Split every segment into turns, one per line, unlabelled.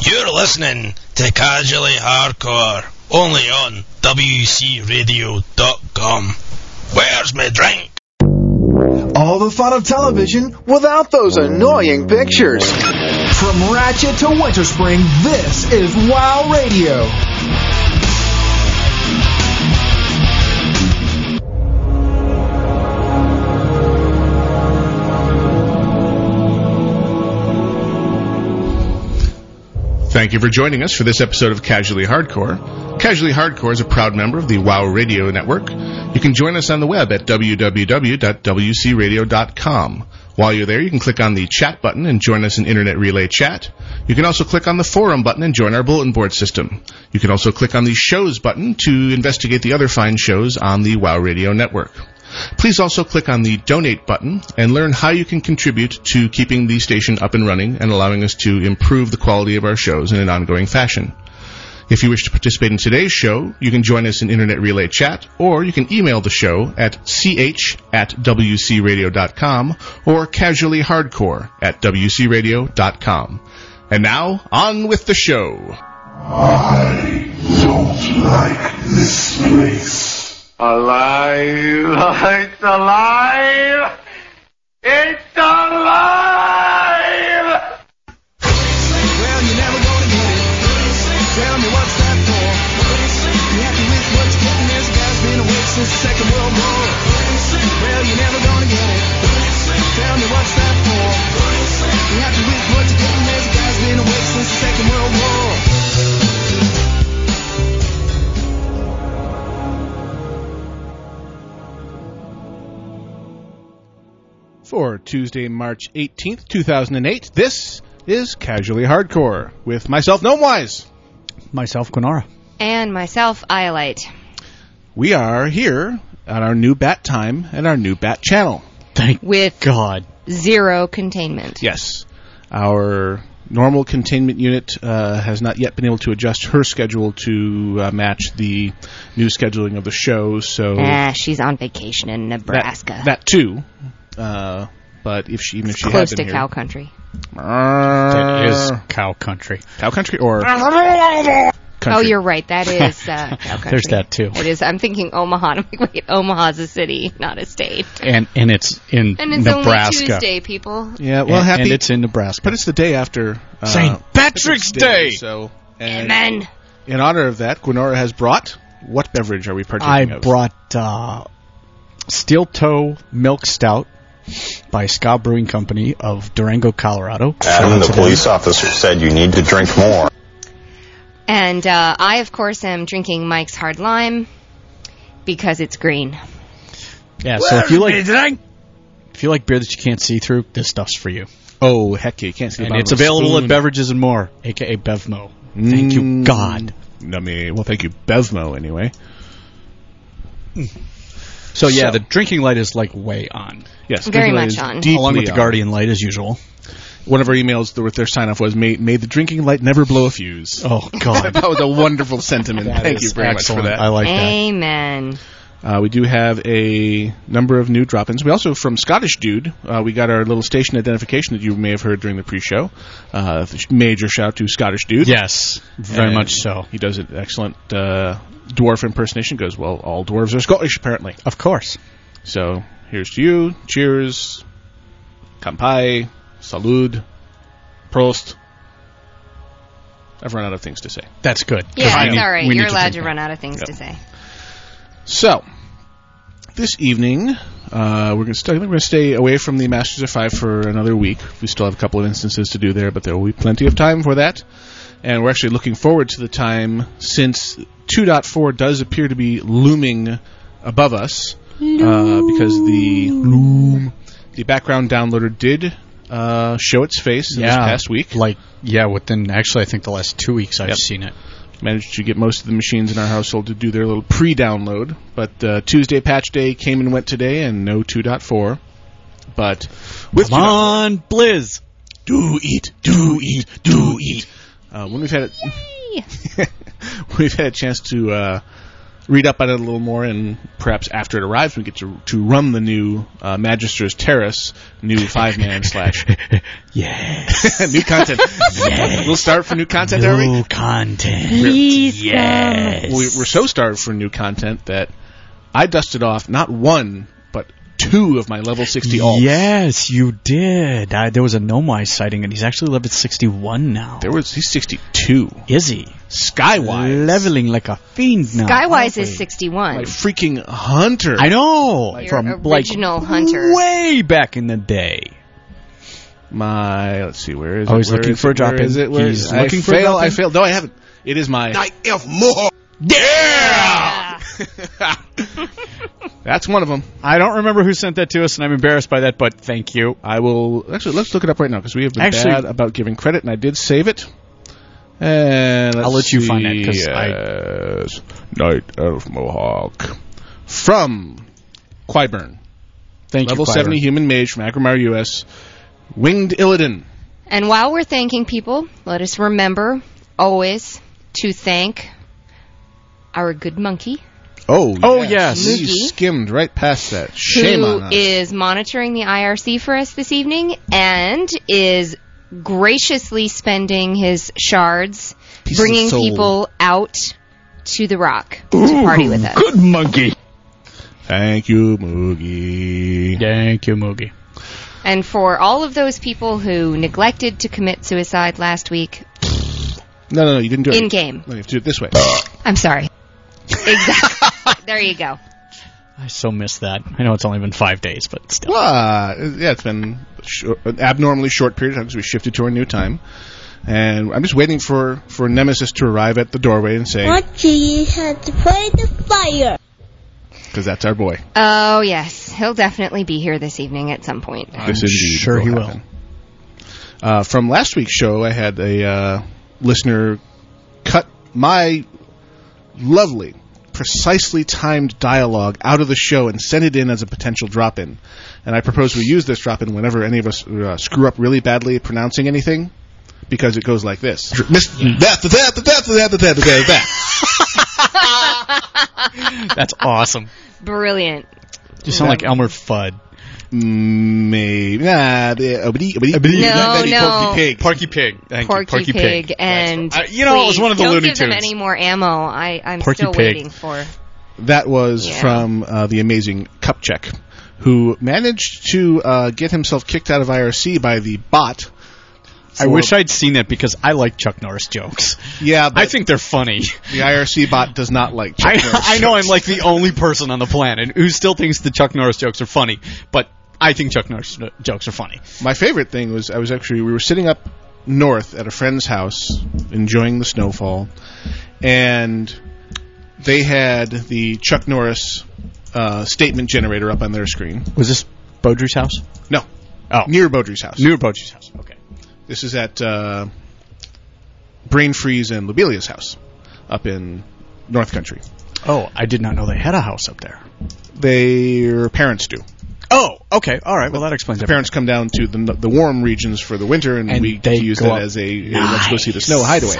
You're listening to Casually Hardcore, only on WCRadio.com. Where's my drink?
All the fun of television without those annoying pictures. From Ratchet to Winter Spring, this is WoW Radio.
Thank you for joining us for this episode of Casually Hardcore. Casually Hardcore is a proud member of the WoW Radio Network. You can join us on the web at www.wcradio.com. While you're there, you can click on the chat button and join us in Internet Relay Chat. You can also click on the forum button and join our bulletin board system. You can also click on the shows button to investigate the other fine shows on the WoW Radio Network. Please also click on the donate button and learn how you can contribute to keeping the station up and running and allowing us to improve the quality of our shows in an ongoing fashion. If you wish to participate in today's show, you can join us in Internet Relay Chat, or you can email the show at ch at wcradio.com or casuallyhardcore at wcradio.com. And now, on with the show.
I don't like this place.
Alive! It's alive! It's alive!
Well, you're never gonna get it. Tell me what's that for? You happy with what you're getting? There's a guy who's been awake since the Second World War. Well, you're never gonna get it. Tell me what's that for? You happy with what you're getting? There's a guy who's been awake since the Second World War.
For Tuesday, March 18th, 2008, this is Casually Hardcore with myself, Gnomewise.
Myself, Quinara.
And myself, Iolite.
We are here on our new bat time and our new bat channel.
Thank
With
God.
zero containment.
Yes, our normal containment unit uh, has not yet been able to adjust her schedule to uh, match the new scheduling of the show, so
Ah, she's on vacation in
that,
Nebraska.
that too. Uh, but if she, even if she
close
had
to
been
cow
here,
country.
That
That is cow country.
cow country or
Oh,
country.
you're right. That is uh, cow country.
There's that too.
It is. I'm thinking Omaha. and I'm like, wait, Omaha's a city, not a state.
And and it's in
And it's
Nebraska.
only Tuesday, people.
yeah. Well,
and,
happy.
and it's in Nebraska.
but it's the day after uh,
St. Patrick's Day.
so. And
Amen.
in honor of that, Gwenora has brought what beverage are we
I
partaking of?
brought uh, Steel Toe Milk Stout by Ska Brewing Company of Durango, Colorado.
Adam, the
Today.
police officer said you need to drink more.
And uh, I, of course, am drinking Mike's Hard Lime because it's green.
Yeah, so if you like if you like beer that you can't see through, this stuff's for you.
Oh heck, you can't see. the
And
bottom
it's
of the
available
spoon.
at Beverages and More, aka Bevmo. Thank you,
Mm.
God.
I mean, well, thank you, Bevmo, anyway.
So yeah,
So-
the drinking light is like way on,
Yes,
Very
drinking light
much
is
on.
deeply
along with the
on.
Guardian light as usual.
One of our emails th- with their sign off was, may, may the drinking light never blow a fuse.
Oh God,
That was a wonderful sentiment.
That
Thank you
is
very
excellent.
much for that.
I like that.
Amen.
Uh, we do have a number of new drop-ins. We also, from Scottish Dude, uh, we got our little station identification that you may have heard during the pre-show. Uh, major shout to Scottish Dude.
Yes, very
And
much so.
He does an excellent uh, dwarf impersonation. Goes well. All dwarves are Scottish, apparently.
Of course.
So here's to you. Cheers. Kampai. Salud. Prost. I've run out of things to say.
That's good.
Yeah,
We
it's
need-
all right.
we need
You're allowed
drink
to
that.
run out of things
Yep.
to say.
So this evening, uh, we're going to we're going to stay away from the Masters of Five for another week. We still have a couple of instances to do there, but there will be plenty of time for that. And we're actually looking forward to the time since 2.4 does appear to be looming above us uh, because the loom the background downloader did uh, show its face in this
Yeah.
past week.
Like yeah, within actually I think the last two weeks I've
Yep.
seen it.
managed to get most of the machines in our household to do their little pre-download. But uh, Tuesday patch day came and went today, and no 2.4. But with
Come
2.4
on, Blizz.
do eat, do eat, do eat. Uh, when we've had a,
Yay!
we've had a chance to uh, read up on it a little more, and perhaps after it arrives, we get to to run the new uh, Magister's Terrace, new five man slash
Yes.
new content. We'll start for new content every week.
No content.
Please,
Yes.
We, we're so starved for new content that I dusted off not one but two of my level sixty alts.
Yes, you did. I, there was a Gnomewise sighting, and he's actually leveled 61 now.
There was he's sixty two.
Is he?
Skywise.
Leveling like a fiend now.
Skywise is
My
61.
freaking hunter.
I know.
Your
from
original
like
hunter.
way back in the day.
My let's see where is it?
Oh, he's
Where
looking
is
for a
it? Where
drop-in.
is it? Where
He's
is it? I
looking for a
fail.
drop-in.
I fail. No, I haven't. It is my.
If more.
Yeah. That's one of them.
I don't remember who sent that to us, and I'm embarrassed by that, but thank you.
I will actually let's look it up right now because we have been
Actually-
bad about giving credit, and I did save it. And let's
I'll let you find that,
see.
'cause I-
yes. Night Elf Mohawk from Quiburn,
Thank
level
you. Clyburn.
seventy human mage from Agrimar, U.S. Winged Illidan.
And while we're thanking people, let us remember always to thank our good monkey
Oh,
Oh, yes.
You
Moogie.
skimmed right past that.
Mm-hmm. who is
Shame on us.
monitoring the IRC for us this evening and is graciously spending his shards
Piece of
bringing
soul.
people out to the rock to party with us.
monkey.
Thank you, Moogie.
Thank you, Moogie.
And for all of those people who neglected to commit suicide last week,
No, no, no, you didn't do it.
in game.
No, you have to do it this
Oh.
way.
I'm sorry. exactly. There you go.
I so miss that. I know it's only been five days, but still.
Ah, yeah, it's been a short, an abnormally short period of time because we shifted to our new time. And I'm just waiting for, for Nemesis to arrive at the doorway and say,
Monkey had to play the fire.
because that's our boy.
Oh yes, he'll definitely be here this evening at some point.
This indeed
sure he will.
happen. Uh, from last week's show, I had a uh, listener cut my lovely, precisely timed dialogue out of the show and send it in as a potential drop in. And I propose we use this drop in whenever any of us uh, screw up really badly pronouncing anything. Because it goes like this. Mis- that, that, that, that, that, that, that, that, that.
That's awesome.
Brilliant.
You sound like Elmer Fudd.
Maybe. Nah, the- obidi- obidi-
No,
that- that-
no.
Porky Pig.
Porky Pig. Thank
Porky,
you. Porky
Pig,
Pig.
and
I- you know, it was
please,
one of the
don't
Looney
give them
Tunes.
any more ammo. I I'm
Porky
still
Pig.
waiting for.
That was
Yeah.
from uh, the amazing Kupchak, who managed to uh, get himself kicked out of IRC by the bot.
I
for-
wish I'd seen that because I like Chuck Norris jokes.
Yeah, but
I think they're funny.
the IRC bot does not like. Chuck
I,
Norris
I know I'm
jokes.
like the only person on the planet who still thinks the Chuck Norris jokes are funny, but I think Chuck Norris no- jokes are funny.
My favorite thing was I was actually we were sitting up north at a friend's house, enjoying the snowfall, and they had the Chuck Norris uh, statement generator up on their screen.
Was this Beaudry's house?
No,
Oh,
near Beaudry's house.
near Beaudry's house. Okay.
This is at uh, Brain Freeze and Lobelia's house up in North Country.
Oh, I did not know they had a house up there.
Their parents do.
Oh, okay. All right. Well, that explains
The
it.
parents come down to the, the warm regions for the winter, and,
And
we
they
use
go
that
up.
as a a let's go see the snow hideaway.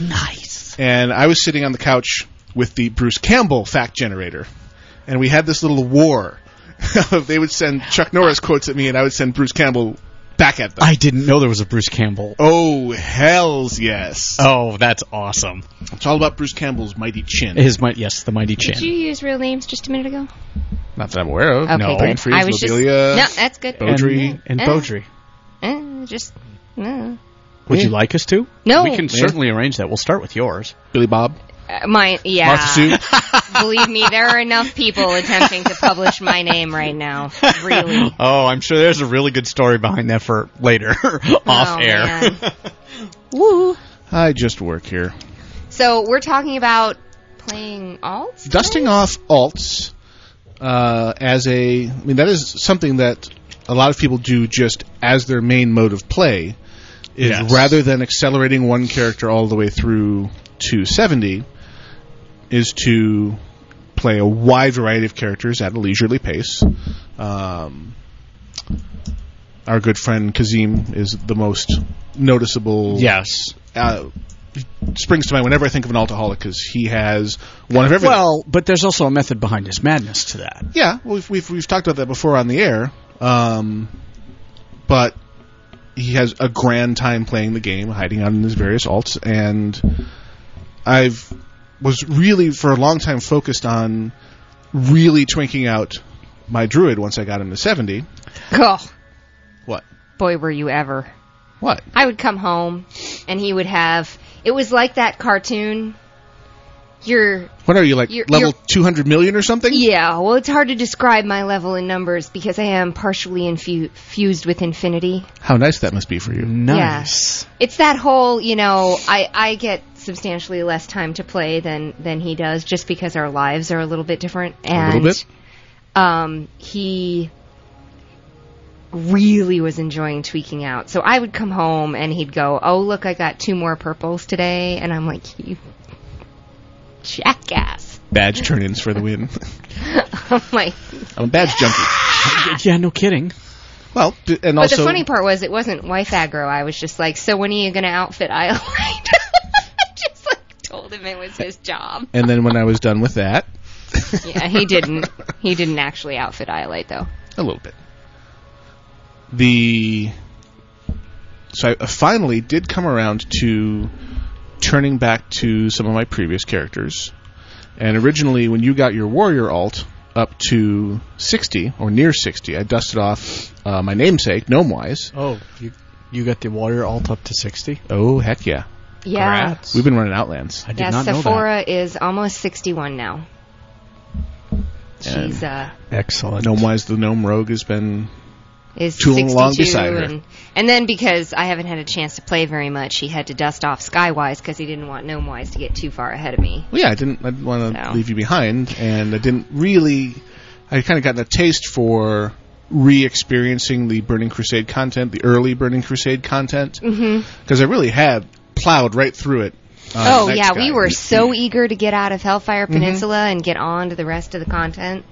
Nice.
And I was sitting on the couch with the Bruce Campbell fact generator, and we had this little war. they would send Chuck Norris quotes at me, and I would send Bruce Campbell back at them.
I didn't know there was a Bruce Campbell.
oh, hells yes.
Oh, that's awesome.
It's all about Bruce Campbell's mighty chin.
His might yes, the mighty
Did you
chin.
use real names just a minute ago?
Not that I'm aware of.
Okay,
No,
good.
Freeze,
I was just
Lobelia,
no. That's good.
Oh.
Bo- Beaudry.
and, and
Eh.
Beaudry.
Eh, just no.
Would
Yeah.
you like us to?
No,
We can certainly arrange that. We'll start with yours.
Billy Bob,
Uh, my yeah.
Martha Sue.
Believe me, there are enough people attempting to publish my name right now. Really.
oh, I'm sure there's a really good story behind that for later off
Oh,
air.
man. Woo.
I just work here.
So we're talking about playing alts.
Dusting off alts uh, as a, I mean, that is something that a lot of people do just as their main mode of play. Is
Yes.
rather than accelerating one character all the way through to 70, is to play a wide variety of characters at a leisurely pace. Um, our good friend Kazim is the most noticeable
Yes.
uh, springs to mind whenever I think of an alcoholic because he has one of everything.
Well, but there's also a method behind his madness to that.
Yeah, we've we've, we've talked about that before on the air. Um, but he has a grand time playing the game, hiding out in his various alts, and I've was really for a long time focused on really twinking out my druid once I got him to seventy.
Oh.
What?
Boy, were you ever.
What?
I would come home, and he would have. It was like that cartoon. You're
What are you like
You're-
level
you're-
two hundred million or something?
Yeah, well, it's hard to describe my level in numbers because I am partially infu- fused with infinity.
How nice that must be for you.
Yeah. It's that whole, you know, I, I get substantially less time to play than, than he does just because our lives are a little bit different.
A
And
little bit.
Um, he really was enjoying tweaking out. So I would come home and he'd go, Oh, look, I got two more purples today. And I'm like, You jackass.
Badge turn ins for the win.
I'm like,
I'm a badge junkie.
yeah, no kidding.
Well, d- and
but
also
the funny part was it wasn't wife aggro. I was just like, so when are you going to outfit Isle Right? just like told him it was his job.
And then when I was done with that,
yeah, he didn't. He didn't actually outfit Iolite though.
a little bit. The so I uh, finally did come around to turning back to some of my previous characters. And originally, when you got your warrior alt up to 60 or near 60, I dusted off uh, my namesake, Gnomewise.
Oh, you you got the warrior alt up to sixty.
Oh heck yeah!
Yeah.
We've been running Outlands.
I did
yeah,
not know that.
Sephora is almost 61 now.
And
She's uh
Excellent.
Gnomewise the gnome rogue has been
is
tooling
62
along beside her.
and and then because I haven't had a chance to play very much, he had to dust off Skywise because he didn't want Gnomewise to get too far ahead of me.
Well, yeah, I didn't. I didn't want to
No.
leave you behind, and I didn't really. I kind of gotten a taste for re-experiencing the Burning Crusade content, the early Burning Crusade content,
Mhm.
because I really had plowed right through it. on
oh
Night
yeah,
Sky.
we were so eager to get out of Hellfire
Mhm.
Peninsula and get on to the rest of the content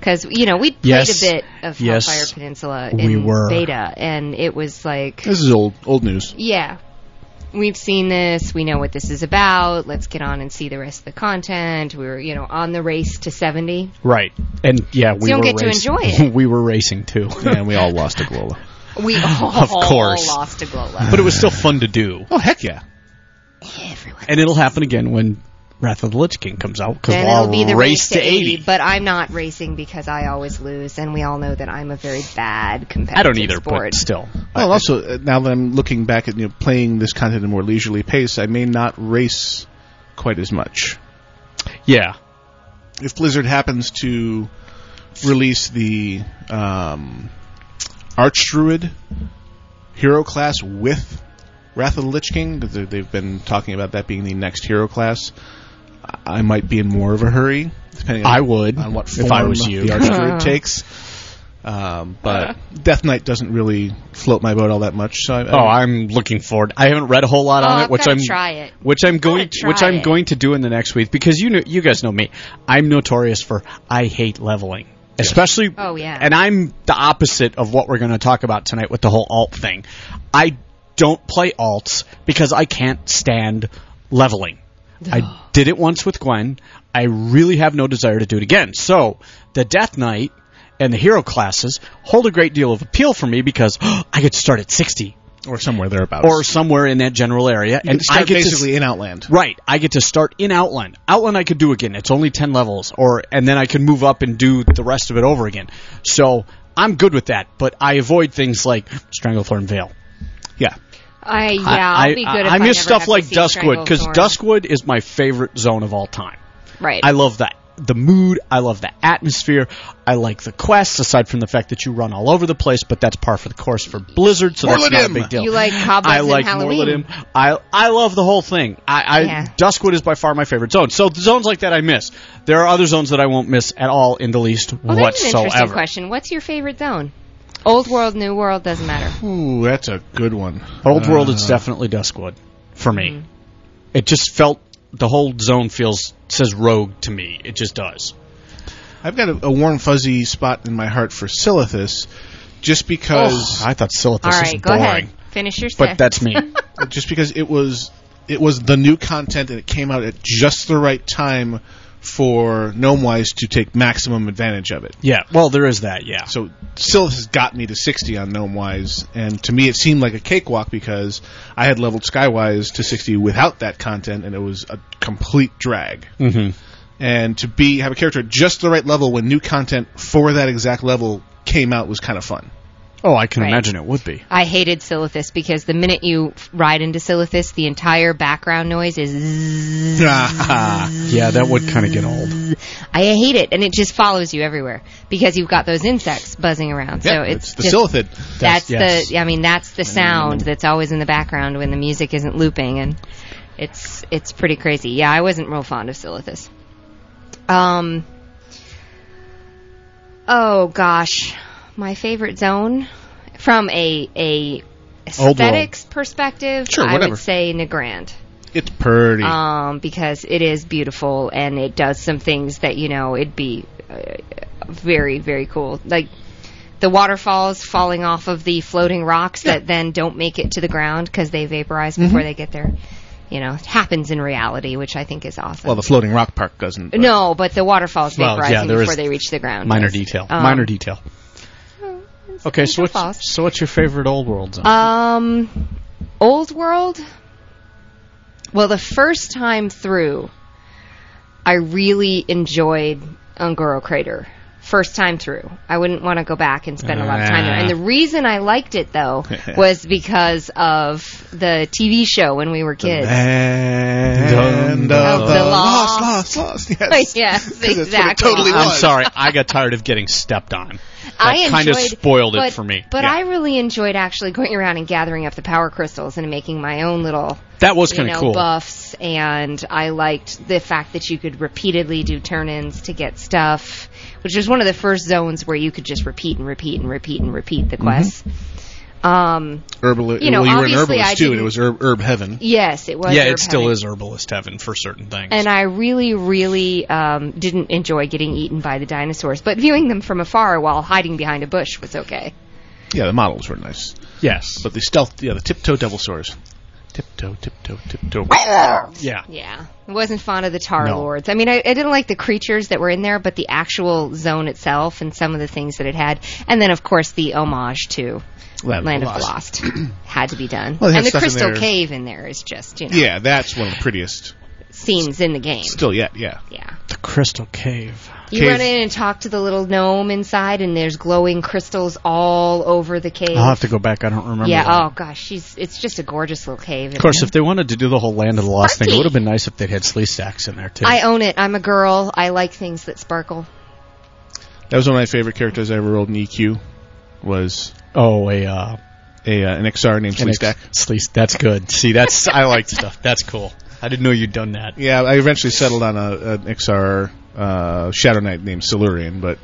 because you know we played
Yes.
a bit of
Yes.
Hellfire Peninsula in
We were.
beta, and it was like,
This is old old news.
yeah, we've seen this, we know what this is about. Let's get on and see the rest of the content. We were, you know, on the race to seventy.
Right, and yeah, we
you don't
were
get to
racing-
enjoy it.
we were racing too,
and we all lost to Glola.
We all
Of course.
lost to Glola.
But it was still fun to do.
Oh heck yeah!
And it'll happen again when Wrath of the Lich King comes out because
Then
we'll
it'll
all
be the
race, to
80,
80.
but I'm not racing because I always lose, and we all know that I'm a very bad competitor.
I don't either,
sport.
but still.
Well, and also uh, now that I'm looking back at you know, playing this content at a more leisurely pace, I may not race quite as much.
Yeah.
If Blizzard happens to release the um, Archdruid hero class with Wrath of the Lich King, 'cause they- they've been talking about that being the next hero class, I I might be in more of a hurry, depending. On,
I would,
on what
if
form
I was you.
the Archdruid takes. Um, but Death Knight doesn't really float my boat all that much. So I,
Oh, I'm looking forward. I haven't read a whole lot
Oh,
on
I've
it, which
gotta
I'm
try it.
which I'm going
try
which I'm
it.
going to do in the next week because you know you guys know me. I'm notorious for I hate leveling, especially
Oh, yeah.
And I'm the opposite of what we're going to talk about tonight with the whole alt thing. I don't play alts because I can't stand leveling. I did it once with Gwen. I really have no desire to do it again. So the Death Knight and the hero classes hold a great deal of appeal for me because I get to start at 60
or somewhere thereabouts,
or somewhere in that general area,
You
and
could start
I get
basically
to,
in Outland.
Right, I get to start in Outland. Outland I could do again. It's only ten levels, or and then I can move up and do the rest of it over again. So I'm good with that, but I avoid things like Stranglethorn Vale.
Yeah,
I yeah,
I,
will be good.
I,
if
I
I
miss
never
stuff
have to
like
see
Duskwood because
Stranglethorn.
Duskwood is my favorite zone of all time.
Right.
I love that. The mood, I love the atmosphere, I like the quests, aside from the fact that you run all over the place, but that's par for the course for Blizzard, so that's not a
Morladim!
big deal.
You like cobwebs
I
and
like
Halloween.
Morladim. I, I love the whole thing. I, I
Yeah.
Duskwood is by far my favorite zone. So zones like that I miss. There are other zones that I won't miss at all in the least
Well, that's an interesting
whatsoever.
question. What's your favorite zone? Old world, new world doesn't matter.
Ooh, that's a good one.
Old World, it's
Uh,
definitely Duskwood for me.
Mm-hmm.
It just felt the whole zone feels says rogue to me. It just does.
I've got a, a warm fuzzy spot in my heart for Silithus, just because
Oh, I thought Silithus
Oh. All
was
right, go
boring,
ahead. Finish your.
but
sentence.
that's me.
just because it was it was the new content, and it came out at just the right time for GnomeWise to take maximum advantage of it.
Yeah, well, there is that. Yeah.
So Sylph has got me to 60 on GnomeWise, and to me it seemed like a cakewalk because I had leveled Skywise to 60 without that content, and it was a complete drag.
Mm-hmm.
And to be have a character at just the right level when new content for that exact level came out was kind of fun.
Oh, I can
Right.
imagine it would be.
I hated Silithus because the minute you f- ride into Silithus, the entire background noise is zzz.
yeah, that would kind of get old.
I hate it, and it just follows you everywhere because you've got those insects buzzing around. so
Yeah,
it's,
it's the
just,
Silithid.
That's
That's- yes. Mm.
the. I mean, that's the sound that's always in the background when the music isn't looping, and it's it's pretty crazy. Yeah, I wasn't real fond of Silithus. Um. Oh gosh, my favorite zone from a
Old
a
world.
aesthetics perspective,
Sure,
I
whatever.
would say Negrand.
It's pretty.
Um, because it is beautiful and it does some things that you know it'd be uh, very very cool. Like the waterfalls falling off of the floating rocks that then don't make it to the ground because they vaporize
Mm-hmm.
before they get there. You know, it happens in reality, which I think is awesome.
well, the floating rock park doesn't. but-
no, but the waterfalls
Well,
vaporizing
yeah, there is
before they reach the ground.
uh, Minor
is-
detail.
um,
Minor detail. Okay, so
false.
what's, so what's your favorite old world zone?
Um, old world. Well, the first time through, I really enjoyed Ungoro Crater. First time through, I wouldn't want to go back and spend a lot of time there. And
Ah.
the reason I liked it though was because of the TV show when we were kids.
And
of
of
the
the
lost.
lost, lost, lost.
yes,
Yes.
exactly.
I'm sorry, I got tired of getting stepped on. That
I
kind of
enjoyed-
spoiled
but,
it for me.
But
Yeah.
I really enjoyed actually going around and gathering up the power crystals and making my own little
That was
you
kinda
know,
cool.
buffs. And I liked the fact that you could repeatedly do turn-ins to get stuff, which was one of the first zones where you could just repeat and repeat and repeat and repeat
Mm-hmm.
the quests. Um,
Herbal-
You know,
well, you were an
obviously I
herbalist too, and
didn't-
it was herb, herb heaven.
yes, it was.
yeah,
herb
it still
heaven.
is herbalist heaven for certain things.
And I really, really um, didn't enjoy getting eaten by the dinosaurs, but viewing them from afar while hiding behind a bush was okay.
Yeah, the models were nice.
um,
Yes.
But the stealth, yeah, the tiptoe devil sores. Tiptoe, tiptoe, tiptoe.
yeah.
Yeah. I wasn't fond of the Tar
No.
Lords. I mean, I, I didn't like the creatures that were in there, but the actual zone itself and some of the things that it had. And then, of course, the homage to Land, of the Lost had to be done.
Well, they had
and the
stuff in
Crystal
there.
Cave in there is just, you know,
Yeah, that's one of the prettiest.
scenes in the game.
Still yet, yeah.
Yeah.
The Crystal Cave.
You run in and talk to the little gnome inside, and there's glowing crystals all over the cave.
I'll have to go back. I don't remember.
yeah,
that.
oh gosh, she's it's just a gorgeous little cave.
Of course, if they wanted to do the whole Land of the Lost thing, it would have been nice if they'd had slee stacks in there too.
I own it. I'm a girl. I like things that sparkle.
That was one of my favorite characters I ever rolled in EQ. Was
oh a uh,
a uh, an XR named
an ex-
Sleestack.
Slee- that's good. See, that's I like stuff. That's cool. I didn't know you'd done that.
Yeah, I eventually settled on a, an XR uh, Shadow Knight named Silurian, but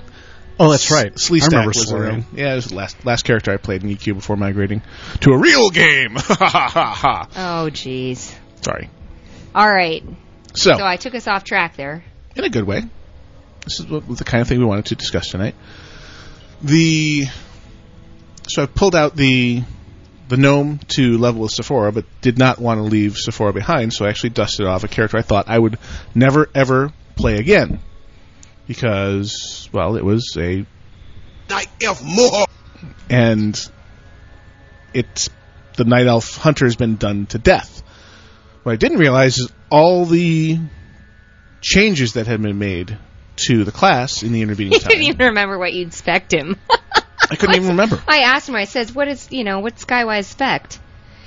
Oh, that's right. I
Sleestack
remember
was the
Silurian.
name. Yeah, it was the last last character I played in EQ before migrating to a real game. Ha ha ha ha.
Oh jeez.
Sorry.
All right.
So,
So I took us off track there.
in a good way. This is what, the kind of thing we wanted to discuss tonight. The so I pulled out the the gnome to level with Sephora, but did not want to leave Sephora behind, so I actually dusted off a character I thought I would never ever play again because well, it was a
Night Elf more.
and it's the night elf hunter has been done to death. What I didn't realize is all the changes that had been made to the class in the intervening
You didn't
time.
even remember what you'd spec him.
I couldn't even remember.
I asked him. I says, "What is you know what Skywise spec?"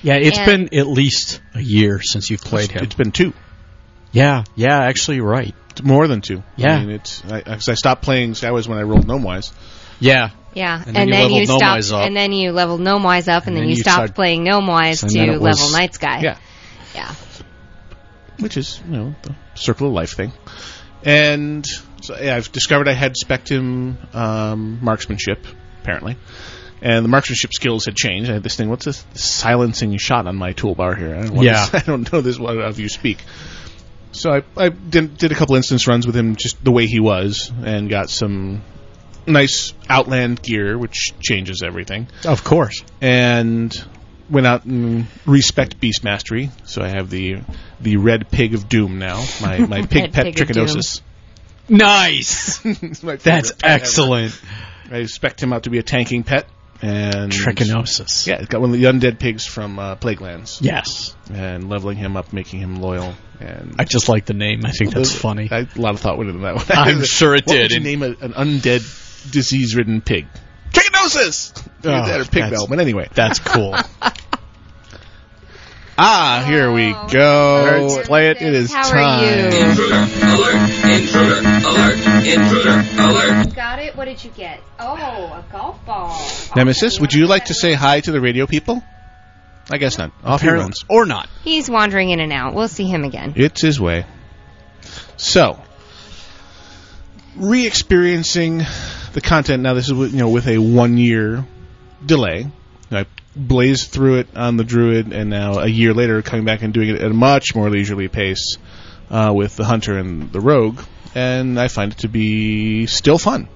Yeah, it's
And-
been at least a year since you've played him.
It's been two,
Yeah, yeah, actually, you're right.
It's more than two.
Yeah.
I mean, it's I, 'cause I stopped playing Skywise when I rolled Gnomewise.
Yeah,
Yeah, and,
then you
then, you,
leveled
stopped,
Gnomewise up.
and then you leveled Gnomewise up, and, then,
then
you
you
stopped
started-
playing Gnomewise
So
to
then it
level
was-
Night Sky.
Yeah.
yeah.
which is you know the circle of life thing. And so yeah, I've discovered I had spectrum um, marksmanship apparently, and the marksmanship skills had changed. I had this thing. What's this silencing shot on my toolbar here? I don't, know
Yeah.
this, I don't know this one of you speak. So I, I did, did a couple instance runs with him just the way he was, and got some nice outland gear, which changes everything
of course.
and went out and respect beast mastery, so I have the the red pig of doom now. My my pig
Red
pet
pig of doom.
trichinosis.
Nice. That's excellent.
I expect him out to be a tanking pet and
Trichinosis.
Yeah, it's got one of the undead pigs from uh, Plaguelands.
Yes.
and leveling him up, making him loyal. And
I just like the name. I think that's funny.
I, a lot of thought went into that one.
I'm sure it
What
did.
Would you
And-
name a, an undead, disease-ridden pig. Trichinosis.
Oh,
that or pig
that's-
bell, but anyway,
that's cool.
ah, here we go. Let's play it. It is time.
Got it? What did you get? Oh, a golf ball. Oh,
Nemesis, would you like to say hi to the radio people? I guess not. Off your runs.
Or not.
He's wandering in and out. We'll see him again.
It's his way. So, re-experiencing the content now. This is with- you know with a one-year delay. I blazed through it on the Druid, and now a year later, coming back and doing it at a much more leisurely pace uh, with the Hunter and the Rogue, and I find it to be still fun.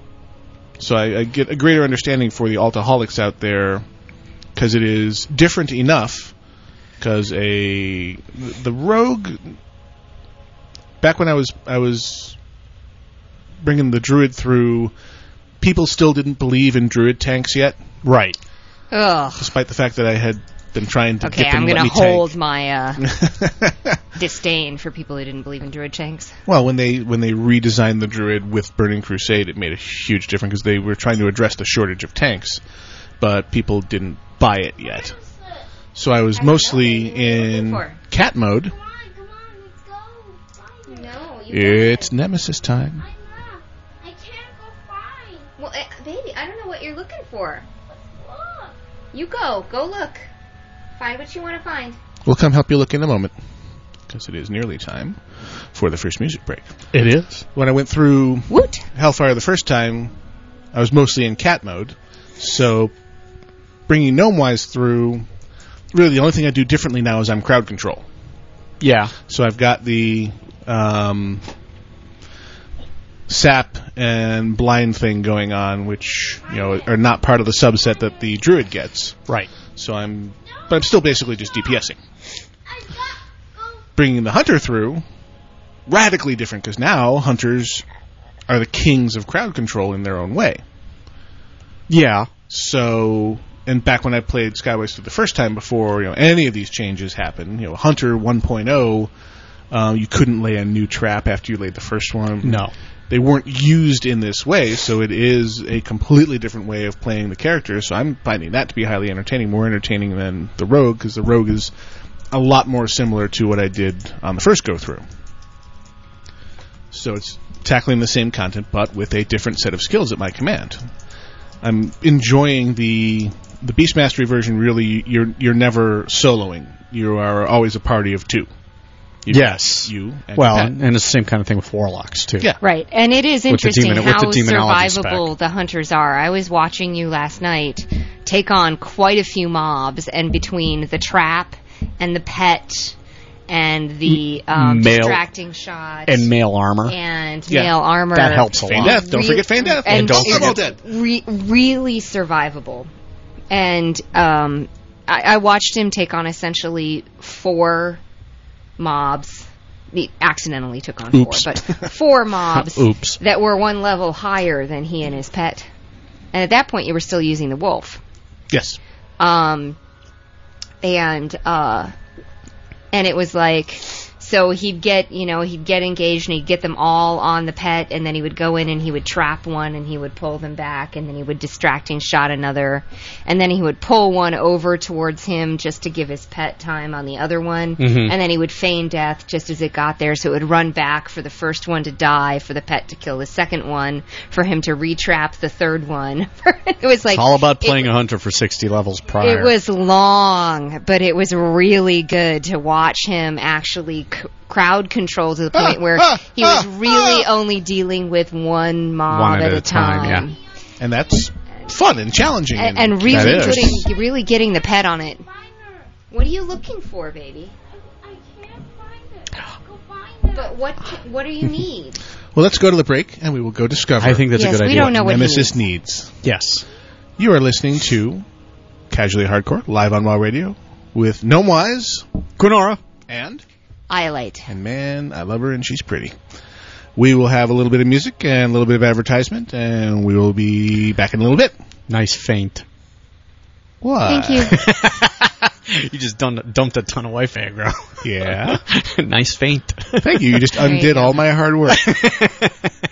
So I, I get a greater understanding for the altaholics out there because it is different enough. Because a the rogue back when I was I was bringing the druid through, people still didn't believe in druid tanks yet. Right.
Ugh.
Despite the fact that I had been trying to
Okay,
get them
I'm
to let
gonna
me tank.
hold my uh, disdain for people who didn't believe in druid shanks.
Well, when they when they redesigned the druid with Burning Crusade, it made a huge difference because they were trying to address the shortage of tanks, but people didn't buy it yet. So I was mostly in cat mode.
No,
It's Nemesis time.
Well, eh, baby, I don't know what you're looking for. You go. Go look. Find what you want to find.
We'll come help you look in a moment because it is nearly time for the first music break.
It is.
When I went through Hellfire the first time, I was mostly in cat mode. So bringing Gnomewise through, really the only thing I do differently now is I'm crowd control.
Yeah.
So I've got the um, sap and blind thing going on, which you know are not part of the subset that the druid gets.
Right.
So I'm, but I'm still basically just DPSing. Bringing the hunter through, radically different because now hunters are the kings of crowd control in their own way.
Yeah.
So, and back when I played Skyways through the first time before, you know, any of these changes happened, you know, Hunter 1.0, um, you couldn't lay a new trap after you laid the first one.
No.
They weren't used in this way, so it is a completely different way of playing the character. So I'm finding that to be highly entertaining, more entertaining than the Rogue, because the Rogue is a lot more similar to what I did on the first go through. So it's tackling the same content, but with a different set of skills at my command. I'm enjoying the the beast mastery version. Really, you're you're never soloing. You are always a party of two. You-
yes.
you. And
well,
Pat.
and, and it's the same kind of thing with warlocks too.
Yeah.
Right, and it is
With the
interesting
demon- with
how
the demonology spec.
survivable the hunters are. I was watching you last night take on quite a few mobs, and between the trap and the pet and the um,
Male-
distracting shot
And male armor.
and
Yeah,
male armor,
that helps a Feign lot. death. Don't
Real-
forget feign death.
and,
And don't
it's
forget-
re- really survivable. And um, I, I watched him take on essentially four mobs. He accidentally took on
Oops.
four, but four mobs
Oops.
that were one level higher than he and his pet. And at that point, you were still using the wolf.
Yes.
Um, and uh, and it was like so he'd get you know he'd get engaged and he'd get them all on the pet and then he would go in and he would trap one and he would pull them back and then he would distracting shot another and then he would pull one over towards him just to give his pet time on the other one
Mm-hmm.
Mhm.
and then he would feign death just as it got there so it would run back for the first one to die for the pet to kill the second one for him to retrap the third one it was like
it's all about
it-
playing a hunter for 60 levels prior.
it was long, but it was really good to watch him actually c- crowd control to the point where he was really only dealing with one mob
One
at, a time,
yeah. And that's fun and challenging.
and, and
that
really
is.
getting really getting the pet on it. What are you looking for, baby? But what ca- what do you need?
Well, let's go to the break, and we will go discover. I think
that's a Yes, good we idea. don't know what he
Nemesis needs. Yes. You are listening to Casually Hardcore live on WoW Radio with Gnome Wise, Quinora, and
Iolate.
And man, I love her and she's pretty. We will have a little bit of music and a little bit of advertisement, and we will be back in a little bit.
Nice faint.
What?
Thank you.
You just dun- dumped a ton of wife aggro.
Yeah.
nice faint.
Thank you. You just
There you
undid
go.
all my hard work.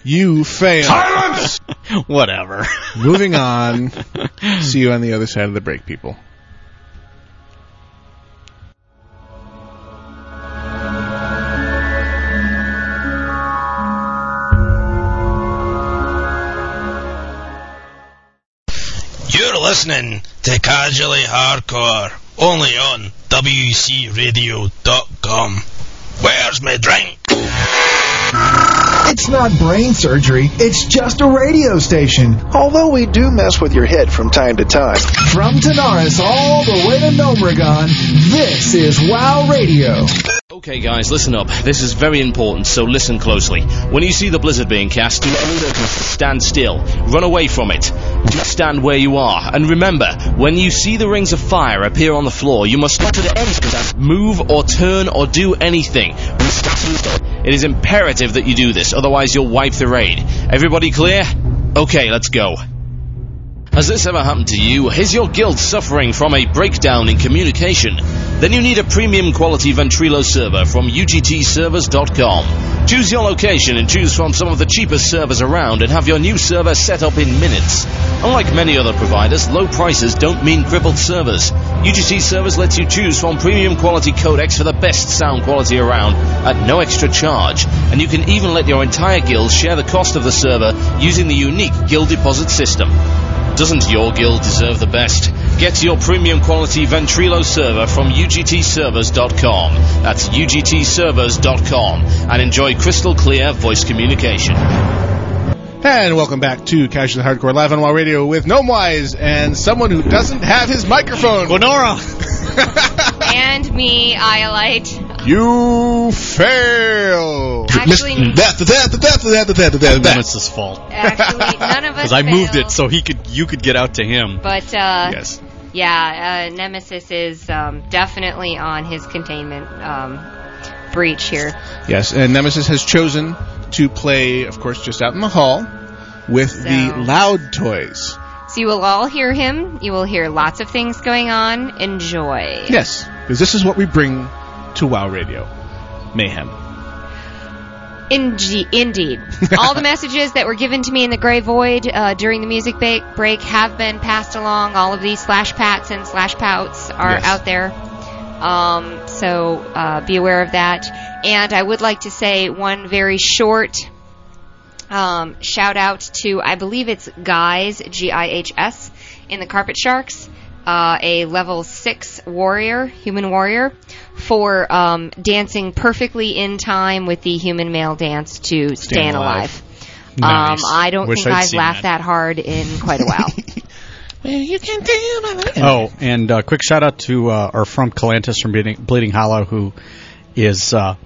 you failed. Silence!
Whatever.
Moving on.
Hmm.
See you on the other side of the break, people.
You're listening to Casually Hardcore, only on WCRadio.com. Where's my drink?
It's not brain surgery, it's just a radio station. Although we do mess with your head from time to time. From Tanaris all the way to Nomragon, this is WoW Radio.
Okay, guys, listen up. This is very important, so listen closely. When you see the blizzard being cast, do not stand still. Run away from it. Do not stand where you are. And remember, when you see the rings of fire appear on the floor, you must not at any time move or turn or do anything. It is imperative that you do this, otherwise you'll wipe the raid. Everybody clear? Okay, let's go. Has this ever happened to you? Is your guild suffering from a breakdown in communication? Then you need a premium quality Ventrilo server from UGTservers.com. Choose your location and choose from some of the cheapest servers around and have your new server set up in minutes. Unlike many other providers, low prices don't mean crippled servers. UGT Servers lets you choose from premium quality codecs for the best sound quality around at no extra charge, and you can even let your entire guild share the cost of the server using the unique guild deposit system. Doesn't your guild deserve the best? Get your premium quality Ventrilo server from UGTservers.com. That's UGTservers.com and enjoy crystal clear voice communication.
And welcome back to Casual Hardcore Live on WoW Radio with Gnome Wise and someone who doesn't have his microphone. Gwenora!
and me, Iolite.
You fail!
Actually- Mis-
that, that, that, that, that, that,
Nemesis' fault.
Actually, none of us.
Because I moved
failed,
it so he could, you could get out to him.
But uh,
Yes.
yeah, uh, Nemesis is um, definitely on his containment um, breach here.
Yes, and Nemesis has chosen to play, of course, just out in the hall with the loud toys.
So you will all hear him. You will hear lots of things going on. Enjoy.
Yes, because this is what we bring to WoW Radio mayhem.
Inge- indeed. All the messages that were given to me in the Grey Void uh, during the music ba- break have been passed along. All of these slash pats and slash pouts are
Yes.
out there. Um, so uh, be aware of that. And I would like to say one very short um, shout out to, I believe it's Guys, G I H S, in the Carpet Sharks, uh, a level 6 warrior, human warrior, for um, dancing perfectly in time with the human male dance to Stand, Alive.
Nice.
Um, I don't
Wish
think
I'd
I've
seen
laughed that. hard in quite a while. well, you can do
Oh, and uh, quick shout out to uh, our from Calantis from Bleeding, Bleeding Hollow, who is uh,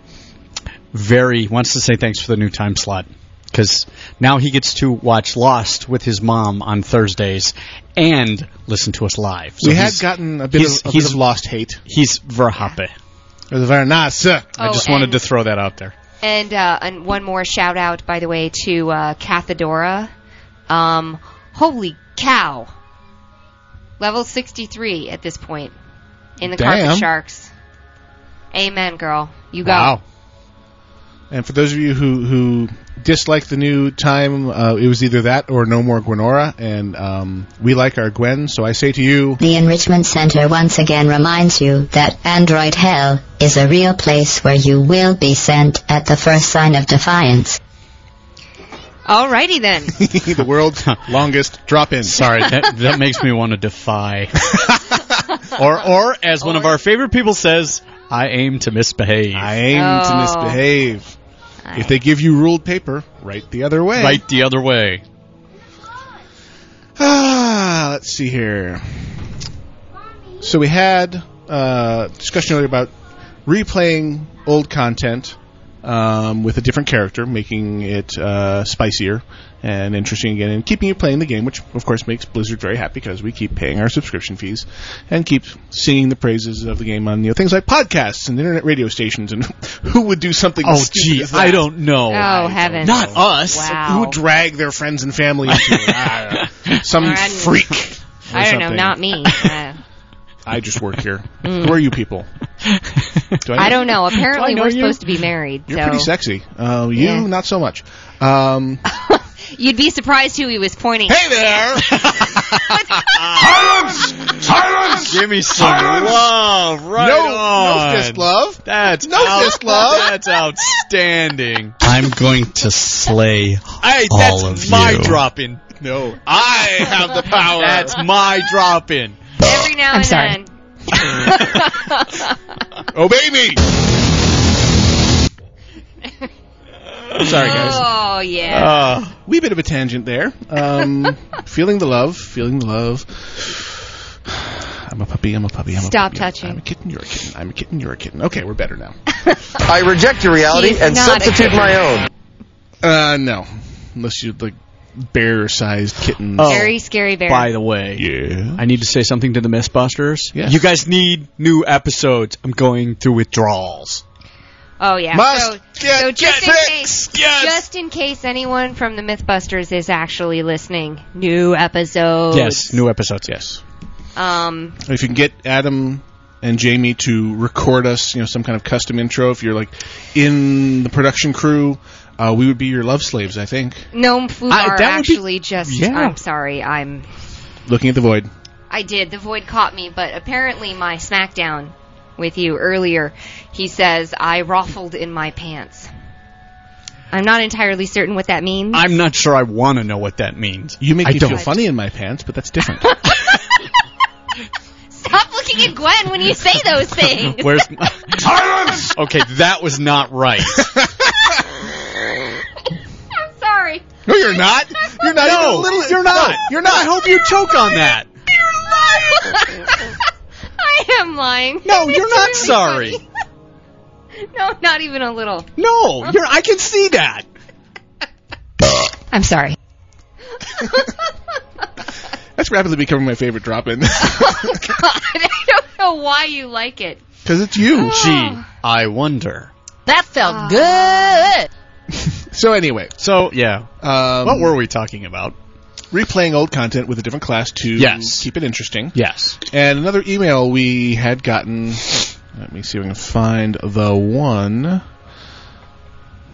very wants to say thanks for the new time slot because now he gets to watch Lost with his mom on Thursdays and listen to us live.
we had
he's-
gotten a bit, of,
he's-
a bit
he's-
of lost hate.
He's ver happy.
Very nice. I
Oh,
just wanted
and-
to throw that out there.
And, uh, and one more shout out, by the way, to uh, Cathedora. Um, holy cow! Level 63 at this point in the
Damn.
Carpet Sharks. Amen, girl. You go.
Wow. And for those of you who who dislike the new time, uh, it was either that or no more Gwenora, and um, we like our Gwen. So I say to you,
The Enrichment Center once again reminds you that Android Hell is a real place where you will be sent at the first sign of defiance.
Alrighty then.
the world's longest drop in.
Sorry, that, that makes me want to defy. or, or as one of our favorite people says, I aim to misbehave. I
aim to Oh. misbehave. if they give you ruled paper, write the other way.
Right the other way.
Ah, let's see here. So we had uh, discussion earlier about replaying old content um, with a different character, making it uh, spicier and interesting again, and keeping you playing the game, which of course makes Blizzard very happy because we keep paying our subscription fees and keep singing the praises of the game on you know, things like podcasts and internet radio stations. And who would do something?
Oh,
as stupid
gee,
as that?
I don't know.
Oh, heavens.
Not
Oh,
us.
Wow.
Who drag their friends and family into it? I don't know. Some
Or I'm-
freak. or
I don't know,
something.
not me. Uh,
I just work here.
Mm.
Who are you people? Do
I don't know. Apparently,
know
we're
you?
supposed to be married,
You're
so
pretty sexy. Uh, you
Yeah.
not so much. Um,
you'd be surprised who he was pointing.
Hey there!
Silence! Silence!
Give me some
Silence!
love, right
No- no
on.
fist
love.
That's
No fist love.
That's outstanding.
I'm going to slay
Hey,
all
that's
of
my
you.
drop in. No, I have the power. That's my drop in.
Every now and then.
Obey me. Sorry, guys.
Oh yeah.
Uh, wee bit of a tangent there. Um, feeling the love, feeling the love. I'm a puppy. I'm a puppy. I'm
Stop
a puppy.
touching.
I'm a kitten. You're a kitten. I'm a kitten. You're a kitten. Okay, we're better now.
I reject your reality
He's
and
not a
substitute
kitten.
my own.
Uh, no, unless you're like bear-sized kittens.
Very scary bear.
By the way,
yeah.
I need to say something to the Mythbusters.
Yeah.
You guys need new episodes. I'm going through withdrawals.
Oh yeah.
Must
so, so just in case, just in case anyone from the MythBusters is actually listening, new episode.
Yes,
new episodes.
Yes.
Um.
If you can get Adam and Jamie to record us, you know, some kind of custom intro. If you're like in the production crew, uh, we would be your love slaves. I think.
Gnome Fubar
I- that would be-
actually just.
Yeah.
I'm sorry. I'm.
Looking at the void.
I did. The void caught me, but apparently my SmackDown with you earlier, he says I ruffled in my pants. I'm not entirely certain what that means.
I'm not sure I want to know what that means.
You make
I
me
don't.
feel funny in my pants, but that's different.
Stop looking at Gwen when you say those things.
Where's silence? Okay, that was not right.
I'm sorry.
No, you're not. You're not
no,
even a little.
You're not. You're not. I hope you choke on that.
I am lying.
No, you're
It's
not
really
sorry.
funny. No, not even a little.
No, you're. I can see that.
I'm sorry.
That's rapidly becoming my favorite drop-in
God, I don't know why you like it.
because it's you.
Gee, I wonder.
That felt good.
So anyway,
so yeah.
Um,
what were we talking about?
replaying old content with a different class to
Yes.
keep it interesting.
Yes.
And another email we had gotten. Let me see if I can find the one.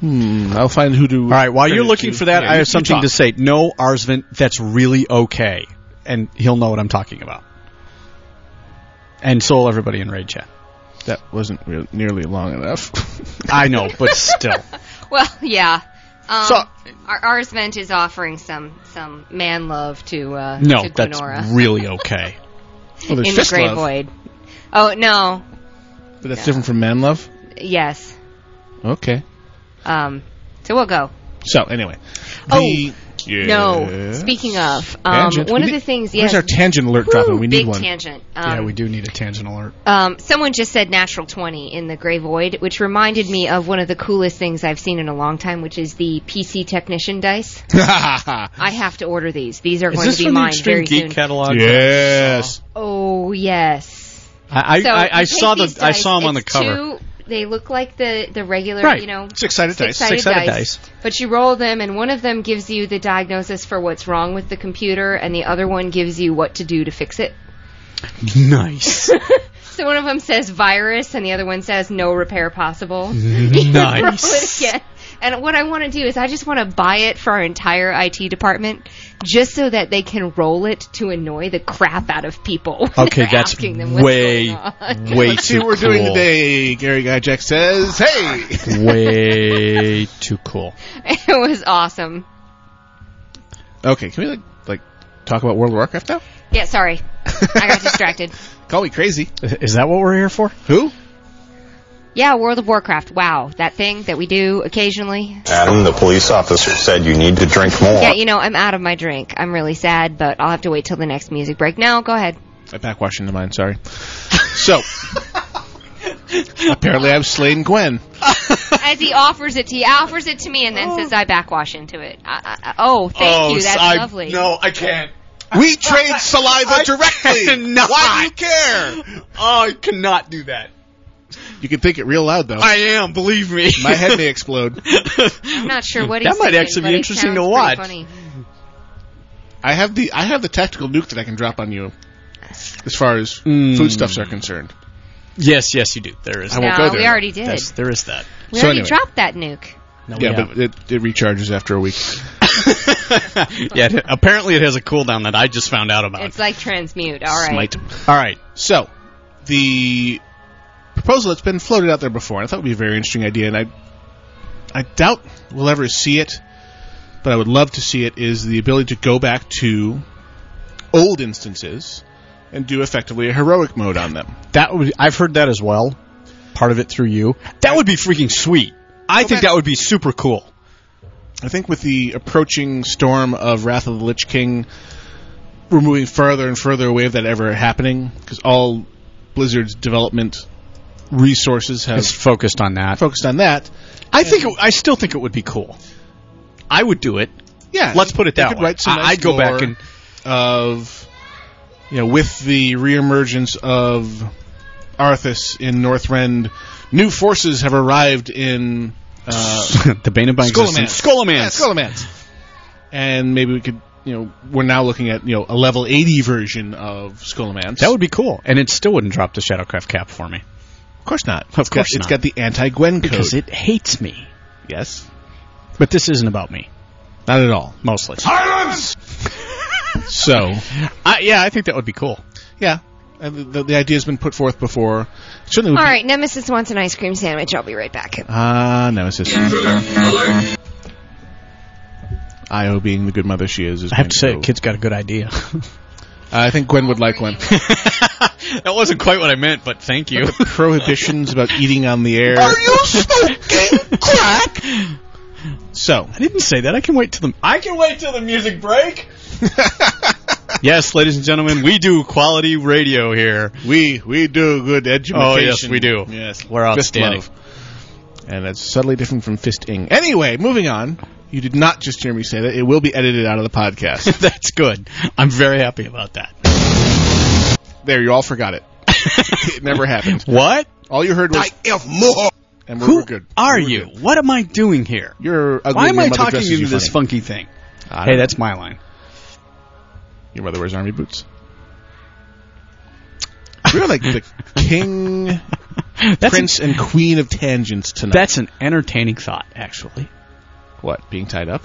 Hmm. I'll find who to.
All right. While you're looking for that, I have something to say. No, Arsvin, that's really okay, and he'll know what I'm talking about. And soul everybody in raid chat.
That wasn't re- nearly long enough.
I know, but still.
Well, yeah. Um,
So-
our Arsvent is offering some some man love to uh,
No,
to
that's
Gwenora
really okay.
Well, there's
in the
fist
Grey
love,
Void. Oh no,
but that's different from man love.
yes.
Okay.
Um, so we'll go.
So anyway,
Oh,
the,
No. Speaking of, um,
Tangent.
one
We
of
need-
the things.
where's
Yes.
our tangent alert dropping? We need
big
one.
tangent. Um,
do need a tangent alert.
Um, someone just said natural 20 in the Grey Void, which reminded me of one of the coolest things I've seen in a long time, which is the PC Technician dice. I have to order these. These are going to be mine very soon.
catalog?
Yes.
oh, yes.
I
So
I, I
you
saw
take
the
these
I
dice,
saw him on the
it's
cover.
Two, they look like the, the regular,
Right.
you know,
Six-sided dice.
six-sided
Six-sided dice.
But you roll them, and one of them gives you the diagnosis for what's wrong with the computer, and the other one gives you what to do to fix it.
Nice.
So one of them says virus, and the other one says no repair possible. Roll it
nice.
again. And what I want to do is I just want to buy it for our entire IT department, just so that they can roll it to annoy the crap out of people. when
Okay,
they're
that's
asking them what's
way,
going on.
way
Let's see
too
what we're doing
cool.
today. Gary Guyjack says, "Hey."
Way too cool.
It was awesome.
Okay, can we like like talk about World of Warcraft now?
Yeah, sorry, I got distracted.
Call me crazy.
Is that what we're here for?
Who?
Yeah, World of Warcraft. Wow, that thing that we do occasionally.
Adam, the police officer said you need to drink more.
Yeah, you know, I'm out of my drink. I'm really sad, but I'll have to wait till the next music break. Now, go ahead.
I backwash into mine. Sorry. So apparently, I've slain Gwen.
as he offers it to you, offers it to me, and then says, "I backwash into it." I, I, I- oh, thank
Oh,
you. That's
I-
lovely.
No, I can't.
We trade saliva
directly. Why do you care? Oh, I cannot do that.
You can think it real loud though.
I am, believe me.
My head may explode.
I'm not sure what
That
he's
might
thinking,
actually be
but it
interesting to
sounds pretty
watch.
Funny.
I have the I have the tactical nuke that I can drop on you, as far as
Hmm.
foodstuffs are concerned.
Yes, yes, you do. There is.
I won't
No,
go there.
we already did.
That's- there is that.
We
So
already
anyway.
dropped that nuke.
yeah, but it, it recharges after a week.
yeah, it- apparently it has a cooldown that I just found out about.
It's like transmute. All right.
Smite. All right.
So the proposal that's been floated out there before, and I thought would be a very interesting idea, and I I doubt we'll ever see it, but I would love to see it is the ability to go back to old instances and do effectively a heroic mode on them.
That would I've heard that as well. Part of it through you. That would be freaking sweet. I think that would be super cool.
I think with the approaching storm of Wrath of the Lich King, we're moving further and further away of that ever happening because all Blizzard's development resources have
It's focused on that.
focused on that.
I think it, I still think it would be cool. I would do it.
Yeah,
Let's put it
they
that
could
way.
write some
I-
nice
I'd go back
lore
and-
of you know with the reemergence of Arthas in Northrend, new forces have arrived in uh,
the bane of my existence.
Skullomance.
Skullomance.
Yeah, Skullomance. And maybe we could, you know, we're now looking at, you know, a level 80 version of Skullomance.
That would be cool, and it still wouldn't drop the Shadowcraft cap for me.
of course not.
Of course
it's
not.
got the anti-Gwen code.
because it hates me.
yes.
But this isn't about me.
Not at all.
Mostly.
Silence! so,
I, yeah, I think that would be cool.
yeah. Uh, The, the idea has been put forth before. Certainly
All
would
right. Nemesis wants an ice cream sandwich. I'll be right back.
be... Ah, Nemesis. Io being the good mother she is. is
I have
going
to say,
go-
the kid's got a good idea.
I think Gwen would like one.
that wasn't quite what I meant, but thank you.
Prohibitions about eating on the air.
you smoking crack?
So,
I didn't say that. I can wait till the. I can wait till the music break. yes, ladies and gentlemen, we do quality radio here.
We we do good education.
Oh yes, we do.
Yes,
we're
fist
outstanding.
love. And that's subtly different from fisting. Anyway, moving on. You did not just hear me say that. It will be edited out of the podcast.
That's good. I'm very happy about that.
there, you all forgot it. it never happened.
What?
All you heard was
F more.
and we're,
Who
we're good.
are you? What am I doing here?
You're ugly. and
Why am
your
I
mother
talking
dresses you
into this
funny.
funky thing?
I don't
Hey,
know.
that's my line.
your mother wears army boots. We're like the king,
That's
prince, and queen of tangents tonight.
That's an entertaining thought, actually.
what being tied up.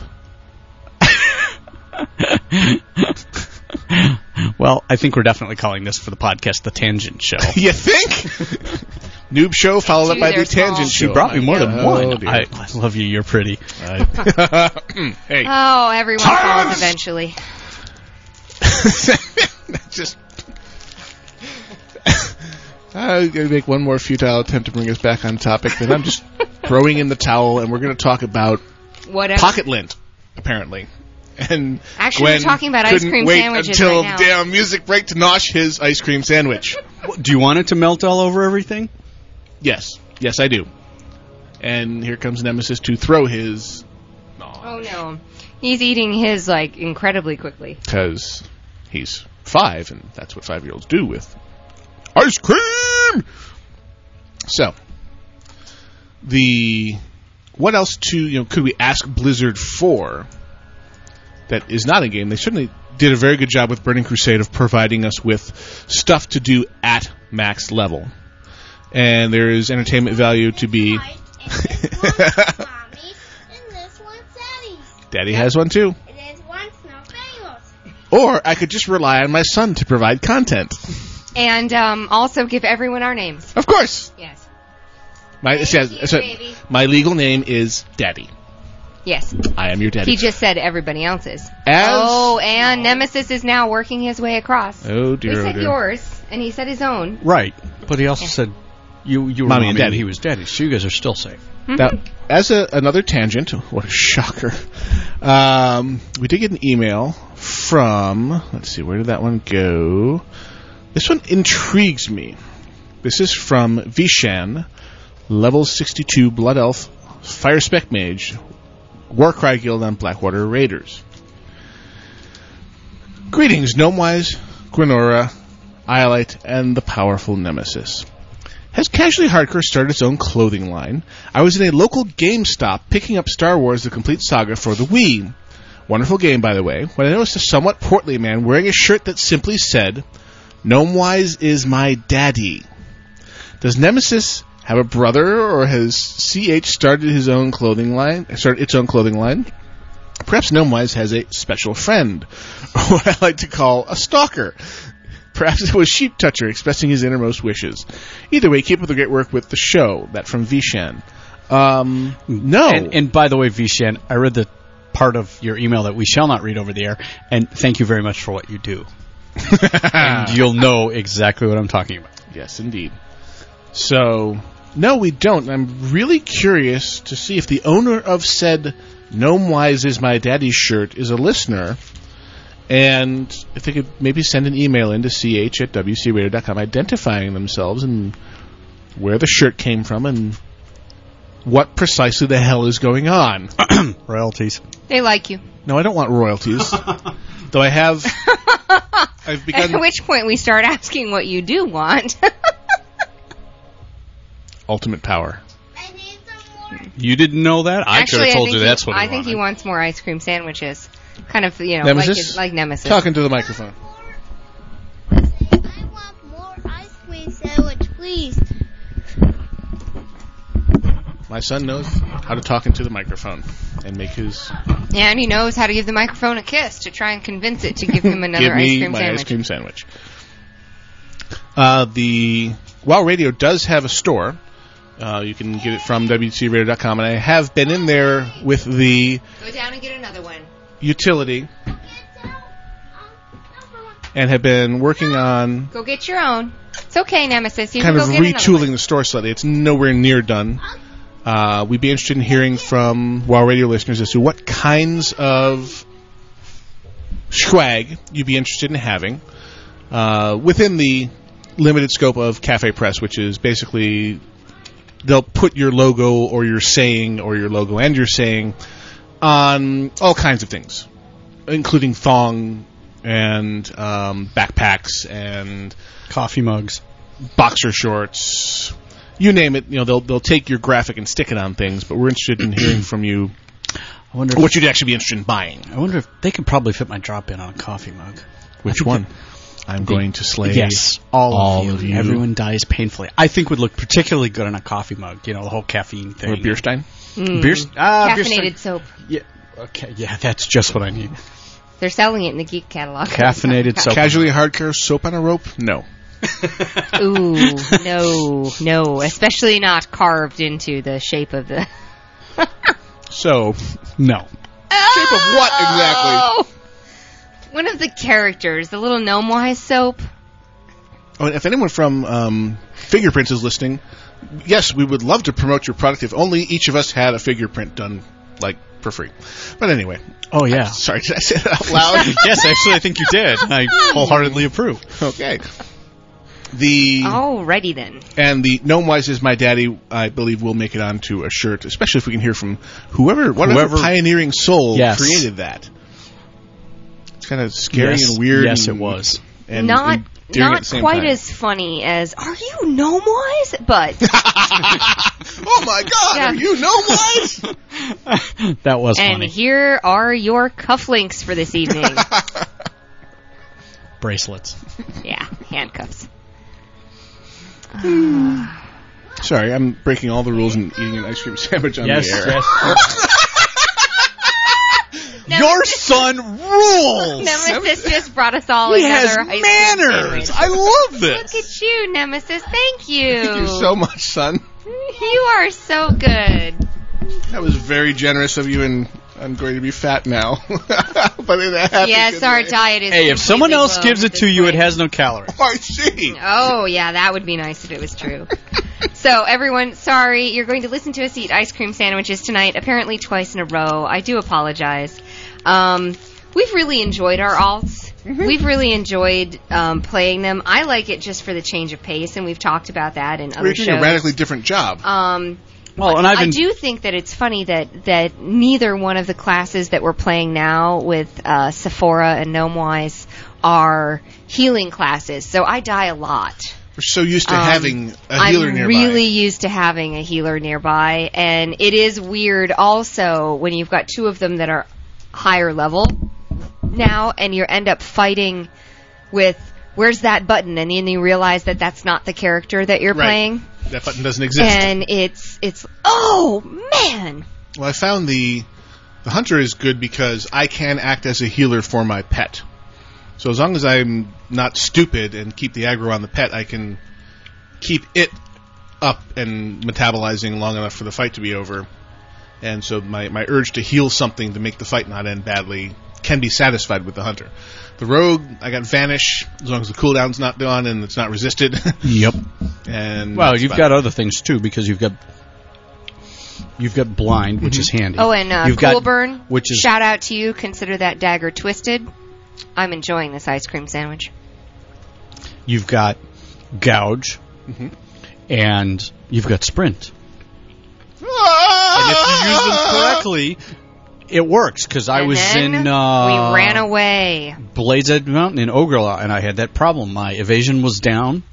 well, I think we're definitely calling this for the podcast the Tangent Show.
you think? Noob show followed up
Two
by the
there's
tangent
Paul.
show.
She brought me more
Oh,
than one.
dear.
I, I love you. You're pretty.
hey.
Oh, everyone falls eventually.
just. I'm going to Uh, make one more futile attempt to bring us back on topic. Then I'm just throwing in the towel, and we're going to talk about
Whatever.
pocket lint, apparently. And
Actually,
Gwen
we're talking about ice
couldn't
cream
wait
sandwiches
until
right now.
damn music break to nosh his ice cream sandwich.
Do you want it to melt all over everything?
yes, yes, I do. And here comes Nemesis to throw his
Oh no, he's eating his like incredibly quickly.
because he's five, and that's what five year olds do with ice cream. So, the what else to you know could we ask Blizzard for that is not a game? They certainly did a very good job with Burning Crusade of providing us with stuff to do at max level, and there is entertainment value to be.
Mommy, and this one's Daddy's.
Daddy has one too.
And this one's no bagels.
Or I could just rely on my son to provide content.
And um, also give everyone our names.
Of course.
Yes.
My,
Thank
it says-
you,
it says,
baby.
my legal name is Daddy.
Yes.
I am your daddy.
He just said everybody else's.
As-
oh, and Nemesis is now working his way across.
oh
he
dear, oh
said
dear.
yours, and he said his own.
Right. But he also said you you were
Mommy
mommy,
and
and
daddy.
he was daddy, so you guys are still safe.
Now, as a, another tangent, what a shocker. Um, we did get an email from. Let's see, where did that one go? This one intrigues me. This is from Vishan, level 62 Blood Elf Fire Spec Mage, Warcry Guild on Blackwater Raiders. Greetings, Gnomewise, Gwenora, Iolite, and the powerful Nemesis. Has Casually Hardcore started its own clothing line? I was in a local GameStop picking up Star Wars The Complete Saga for the Wii. Wonderful game, by the way, when I noticed a somewhat portly man wearing a shirt that simply said, Gnomewise is my daddy. Does Nemesis have a brother, or has CH started his own clothing line? Started its own clothing line? Perhaps Gnomewise has a special friend, or what I like to call a stalker. Perhaps it was Sheep Toucher expressing his innermost wishes. Either way, keep up the great work with the show. That from Vishan. Um, no.
Mm. And, and by the way, Vishan, I read the part of your email that we shall not read over the air, and thank you very much for what you do. and you'll know exactly what I'm talking about.
Yes, indeed. So, no, we don't. I'm really curious to see if the owner of said Gnome Wise is my daddy's shirt is a listener, and if they could maybe send an email in to ch at wcradio.com identifying themselves and where the shirt came from and what precisely the hell is going on.
Royalties.
They like you.
No, I don't want royalties. Though I have, I've begun
At which point we start asking what you do want.
ultimate power.
You didn't know that? I could
Actually,
have told
I
you
think
that's
he,
what
I
I
think he wants more ice cream sandwiches. Kind of, you know,
Nemesis?
like his- like Nemesis.
Talking to the microphone.
Ice cream sandwich, please.
My son knows how to talk into the microphone and make his
Yeah, and he knows how to give the microphone a kiss to try and convince it to give him another
give me
ice cream
my
sandwich.
ice cream sandwich. Uh, the Wow Radio does have a store. Uh, you can get it from wcradio.com, and I have been in there with the
Go down and get another one.
utility and have been working on
Go get your own. It's okay, Nemesis. You
kind
can
of
go get another one.
retooling the store slightly. It's nowhere near done. Uh, we'd be interested in hearing from WoW Radio listeners as to what kinds of swag you'd be interested in having uh, within the limited scope of Cafe Press, which is basically they'll put your logo or your saying or your logo and your saying on all kinds of things, including thong and um, backpacks and
coffee mugs,
boxer shorts, you name it. You know they'll they'll take your graphic and stick it on things. But we're interested in hearing from you.
I wonder
what you'd actually be interested in buying.
I wonder if they could probably fit my drop in on a coffee mug.
Which one? I'm going to slay
Yes,
all,
all,
of, you.
Everyone dies painfully. I think would look particularly good on a coffee mug. You know, the whole caffeine thing.
Or beer stein.
Mm.
Beer, st- ah, beer stein.
Caffeinated soap.
Yeah. Okay. Yeah, that's just what I need.
They're selling it in the geek catalog.
Casually hardcore soap on a rope? No.
Ooh, no, no, especially not carved into the shape of the.
So
no.
Shape of what exactly?
Oh! One of the characters, the little gnome wise soap.
Oh, and if anyone from um, Fingerprints is listening, yes, we would love to promote your product if only each of us had a figure print done like for free. But anyway,
Oh yeah.
sorry, did I say that out loud? Oh.
yes, actually, I think you did. I wholeheartedly approve.
Okay. The
Alrighty then.
And the Gnome Wise is my daddy. I believe will make it onto a shirt, especially if we can hear from whoever, whatever
Whoever-
pioneering soul
Yes.
created that. It's kind of scary
Yes,
and weird.
yes,
and-
it was.
And
not
endearing at
not
the same
quite
time.
as funny as Are you gnome wise? But
Oh my God,
Yeah.
are you gnome wise?
That was
and
funny.
here are your cufflinks for this evening.
Bracelets.
yeah, handcuffs.
Sorry, I'm breaking all the rules and eating an ice cream sandwich on
Yes,
the air.
Your son rules.
Nemesis just brought us all
He
another
has
ice cream
manners.
sandwich.
I love this.
Look at you, Nemesis. Thank you.
Thank you so much, son.
You are so good.
That was very generous of you, and I'm going to be fat now. but in a happy
yes,
good
our
way.
diet is.
Hey, if someone
completely
else
blown
gives
at
it
this
to you, it has no calories.
I see.
Oh, yeah, that would be nice if it was true. so, everyone, sorry, you're going to listen to us eat ice cream sandwiches tonight, apparently twice in a row. I do apologize. Um, we've really enjoyed our alts.
Mm-hmm.
We've really enjoyed um, playing them. I like it just for the change of pace, and we've talked about that in other
We're doing
shows.
a radically different job.
Um,
Well, and I've
I
been,
do think that it's funny that that neither one of the classes that we're playing now with uh, Sephora and Gnomewise are healing classes. So I die a lot.
We're so used to
Um,
having a healer
I'm
nearby.
really used to having a healer nearby, and it is weird also when you've got two of them that are higher level now, and you end up fighting with where's that button, and then you realize that that's not the character that you're
Right.
playing,
that button doesn't exist.
and it's it's oh man,
Well, I found the the hunter is good because I can act as a healer for my pet. So as long as I'm not stupid and keep the aggro on the pet, I can keep it up and metabolizing long enough for the fight to be over. And so my, my urge to heal something to make the fight not end badly can be satisfied with the hunter. The rogue, I got vanish as long as the cooldown's not done and it's not resisted.
Yep.
and
Well,
that's
you've
about
got other things too because you've got you've got blind, which
Mm-hmm.
is handy.
oh and uh,
you've
cool
got,
burn,
which is
shout out to you. Consider that dagger twisted. I'm enjoying this ice cream sandwich.
you've got gouge,
Mm-hmm.
and you've got sprint.
Ah!
And if you use them correctly, it works. Because I
And
was
then
in uh,
we ran away.
Blades Edge Mountain in Ogrela, and I had that problem. My evasion was down,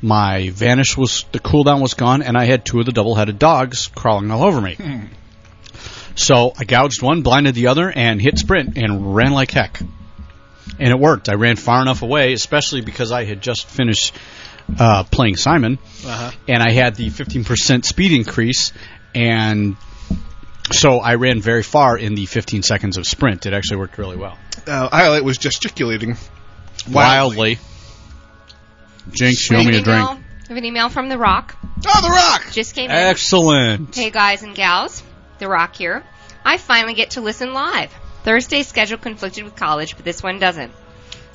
my vanish was the cooldown was gone, and I had two of the double-headed dogs crawling all over me. So I gouged one, blinded the other, and hit sprint and ran like heck. And it worked. I ran far enough away, especially because I had just finished uh, playing Simon,
Uh-huh.
and I had the 15% speed increase, and so I ran very far in the 15 seconds of sprint. It actually worked really well.
Uh, Iolite was gesticulating.
Wildly. Jinx, you owe me a drink.
Email, I have an email from The Rock.
Oh, The Rock!
Just came in.
Excellent.
Hey guys and gals, The Rock here. I finally get to listen live. Thursday's schedule conflicted with college, but this one doesn't.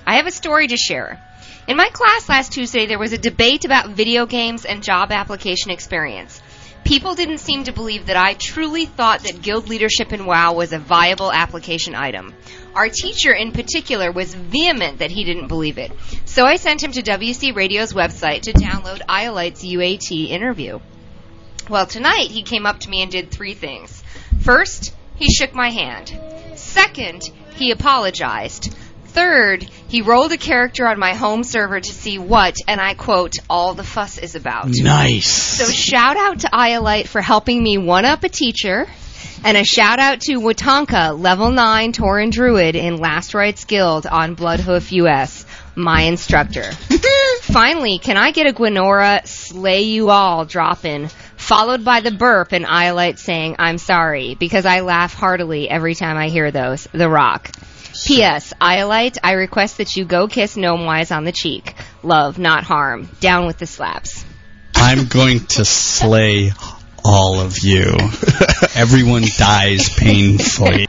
I have a story to share. In my class last Tuesday, there was a debate about video games and job application experience. People didn't seem to believe that I truly thought that guild leadership in WoW was a viable application item. Our teacher in particular was vehement that he didn't believe it. So I sent him to WC Radio's website to download Iolite's UAT interview. Well, tonight he came up to me and did three things. First, he shook my hand. Second, he apologized. Third, he rolled a character on my home server to see what, and I quote, all the fuss is about.
Nice.
So shout out to Iolite for helping me one up a teacher. And a shout out to Watanka, level 9 Torin Druid in Last Rites Guild on Bloodhoof US, my instructor. Finally, can I get a Gwenora Slay You All drop in, followed by the burp and Iolite saying, I'm sorry, because I laugh heartily every time I hear those. The Rock. P.S. Iolite, I request that you go kiss Gnomewise on the cheek. Love, not harm. Down with the slaps.
I'm going to slay all of you. Everyone dies painfully.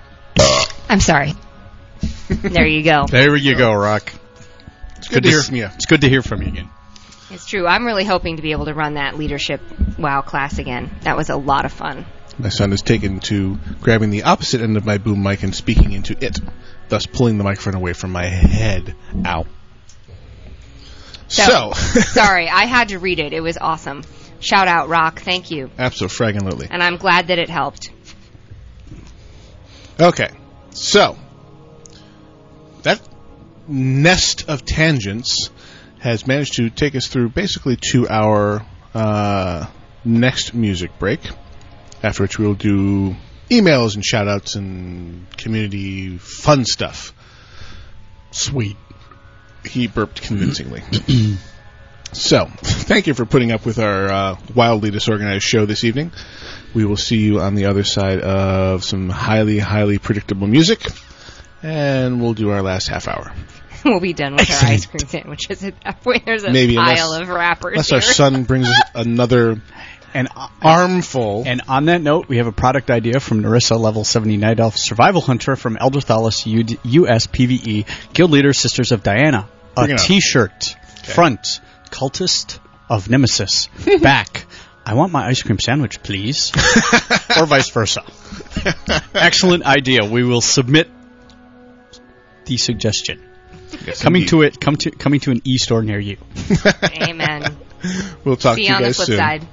I'm sorry. there you go.
There you go, Rock. It's
good to hear
s-
from you.
It's good to hear from you again.
It's true. I'm really hoping to be able to run that leadership WoW class again. That was a lot of fun.
My son is taken to grabbing the opposite end of my boom mic and speaking into it, thus pulling the microphone away from my head. Ow. So,
sorry, I had to read it. It was awesome. Shout out, Rock. Thank you.
absolutely.
And I'm glad that it helped.
Okay, so that nest of tangents has managed to take us through basically to our uh, next music break, after which we'll do emails and shout outs and community fun stuff. Sweet. He burped convincingly. so, thank you for putting up with our uh, wildly disorganized show this evening. We will see you on the other side of some highly, highly predictable music, and we'll do our last half hour.
we'll be done with our ice cream sandwiches at that point. There's a
Maybe unless-
pile of wrappers.
Unless our
here.
son brings us another.
And
armful.
And on that note, we have a product idea from Narissa Level 70 Night Elf Survival Hunter from Elder Thalas U- US PVE E, Guild Leader Sisters of Diana.
Bring
A
it on.
T-shirt. Front. Cultist of Nemesis. Back. I want my ice cream sandwich, please. or vice versa. Excellent idea. We will submit the suggestion. coming to it. Come to coming to an e store near you.
Amen.
We'll talk
See
to
you
you
on the
guys
flip
soon.
side.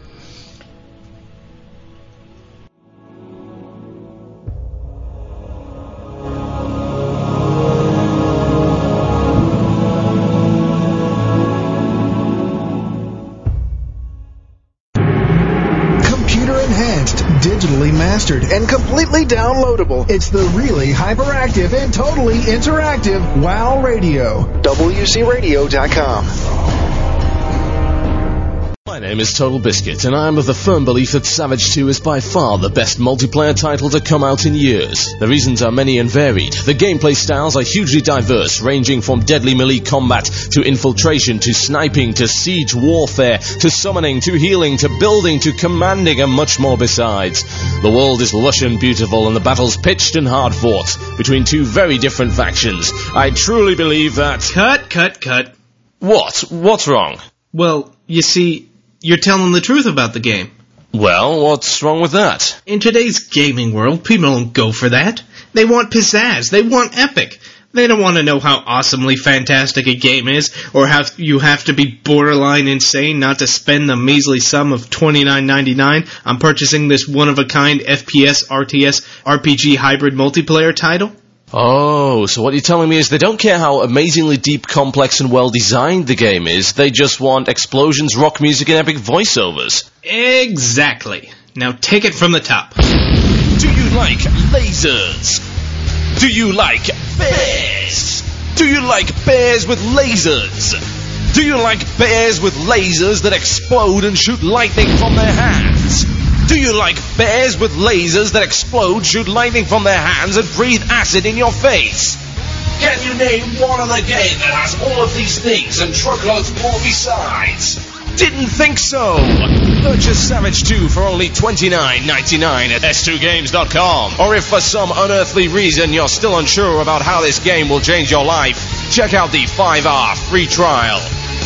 remastered and completely downloadable. It's the really hyperactive and totally interactive WoW Radio. WCRadio.com.
My name is Total Biscuit, and I am of the firm belief that Savage 2 is by far the best multiplayer title to come out in years. The reasons are many and varied. The gameplay styles are hugely diverse, ranging from deadly melee combat to infiltration to sniping to siege warfare to summoning to healing to building to commanding and much more besides. The world is lush and beautiful, and the battles pitched and hard fought between two very different factions. I truly believe that.
Cut, cut, cut.
What? What's wrong?
Well, you see, you're telling the truth about the game.
Well, what's wrong with that?
In today's gaming world, people don't go for that. They want pizzazz. They want epic. They don't want to know how awesomely fantastic a game is, or how you have to be borderline insane not to spend the measly sum of twenty nine ninety nine on purchasing this one of a kind FPS RTS RPG hybrid multiplayer title.
Oh, so what you're telling me is they don't care how amazingly deep, complex, and well designed the game is. They just want explosions, rock music, and epic voiceovers.
Exactly. Now take it from the top.
Do you like lasers? Do you like bears? Do you like bears with lasers? Do you like bears with lasers that explode and shoot lightning from their hands? Do you like bears with lasers that explode, shoot lightning from their hands, and breathe acid in your face? Can you name one other game that has all of these things and truckloads more besides? Didn't think so. Purchase Savage 2 for only $29.99 at s2games.com. Or if for some unearthly reason you're still unsure about how this game will change your life, check out the 5R free trial.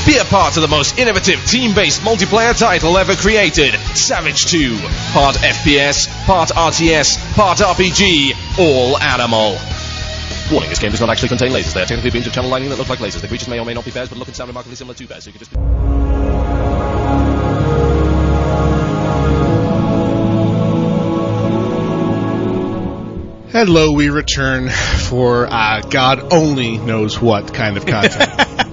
Be a
Ah,
part of the most innovative team-based multiplayer title ever created, Savage 2. Part FPS, part RTS, part RPG, all animal. Warning, this game does not actually contain lasers. They are technically beams of channel lightning that look like lasers. The creatures may or may not be bears, but look and sound remarkably similar to bears, so you can just...
Hello, we return for uh, God only knows what kind of content.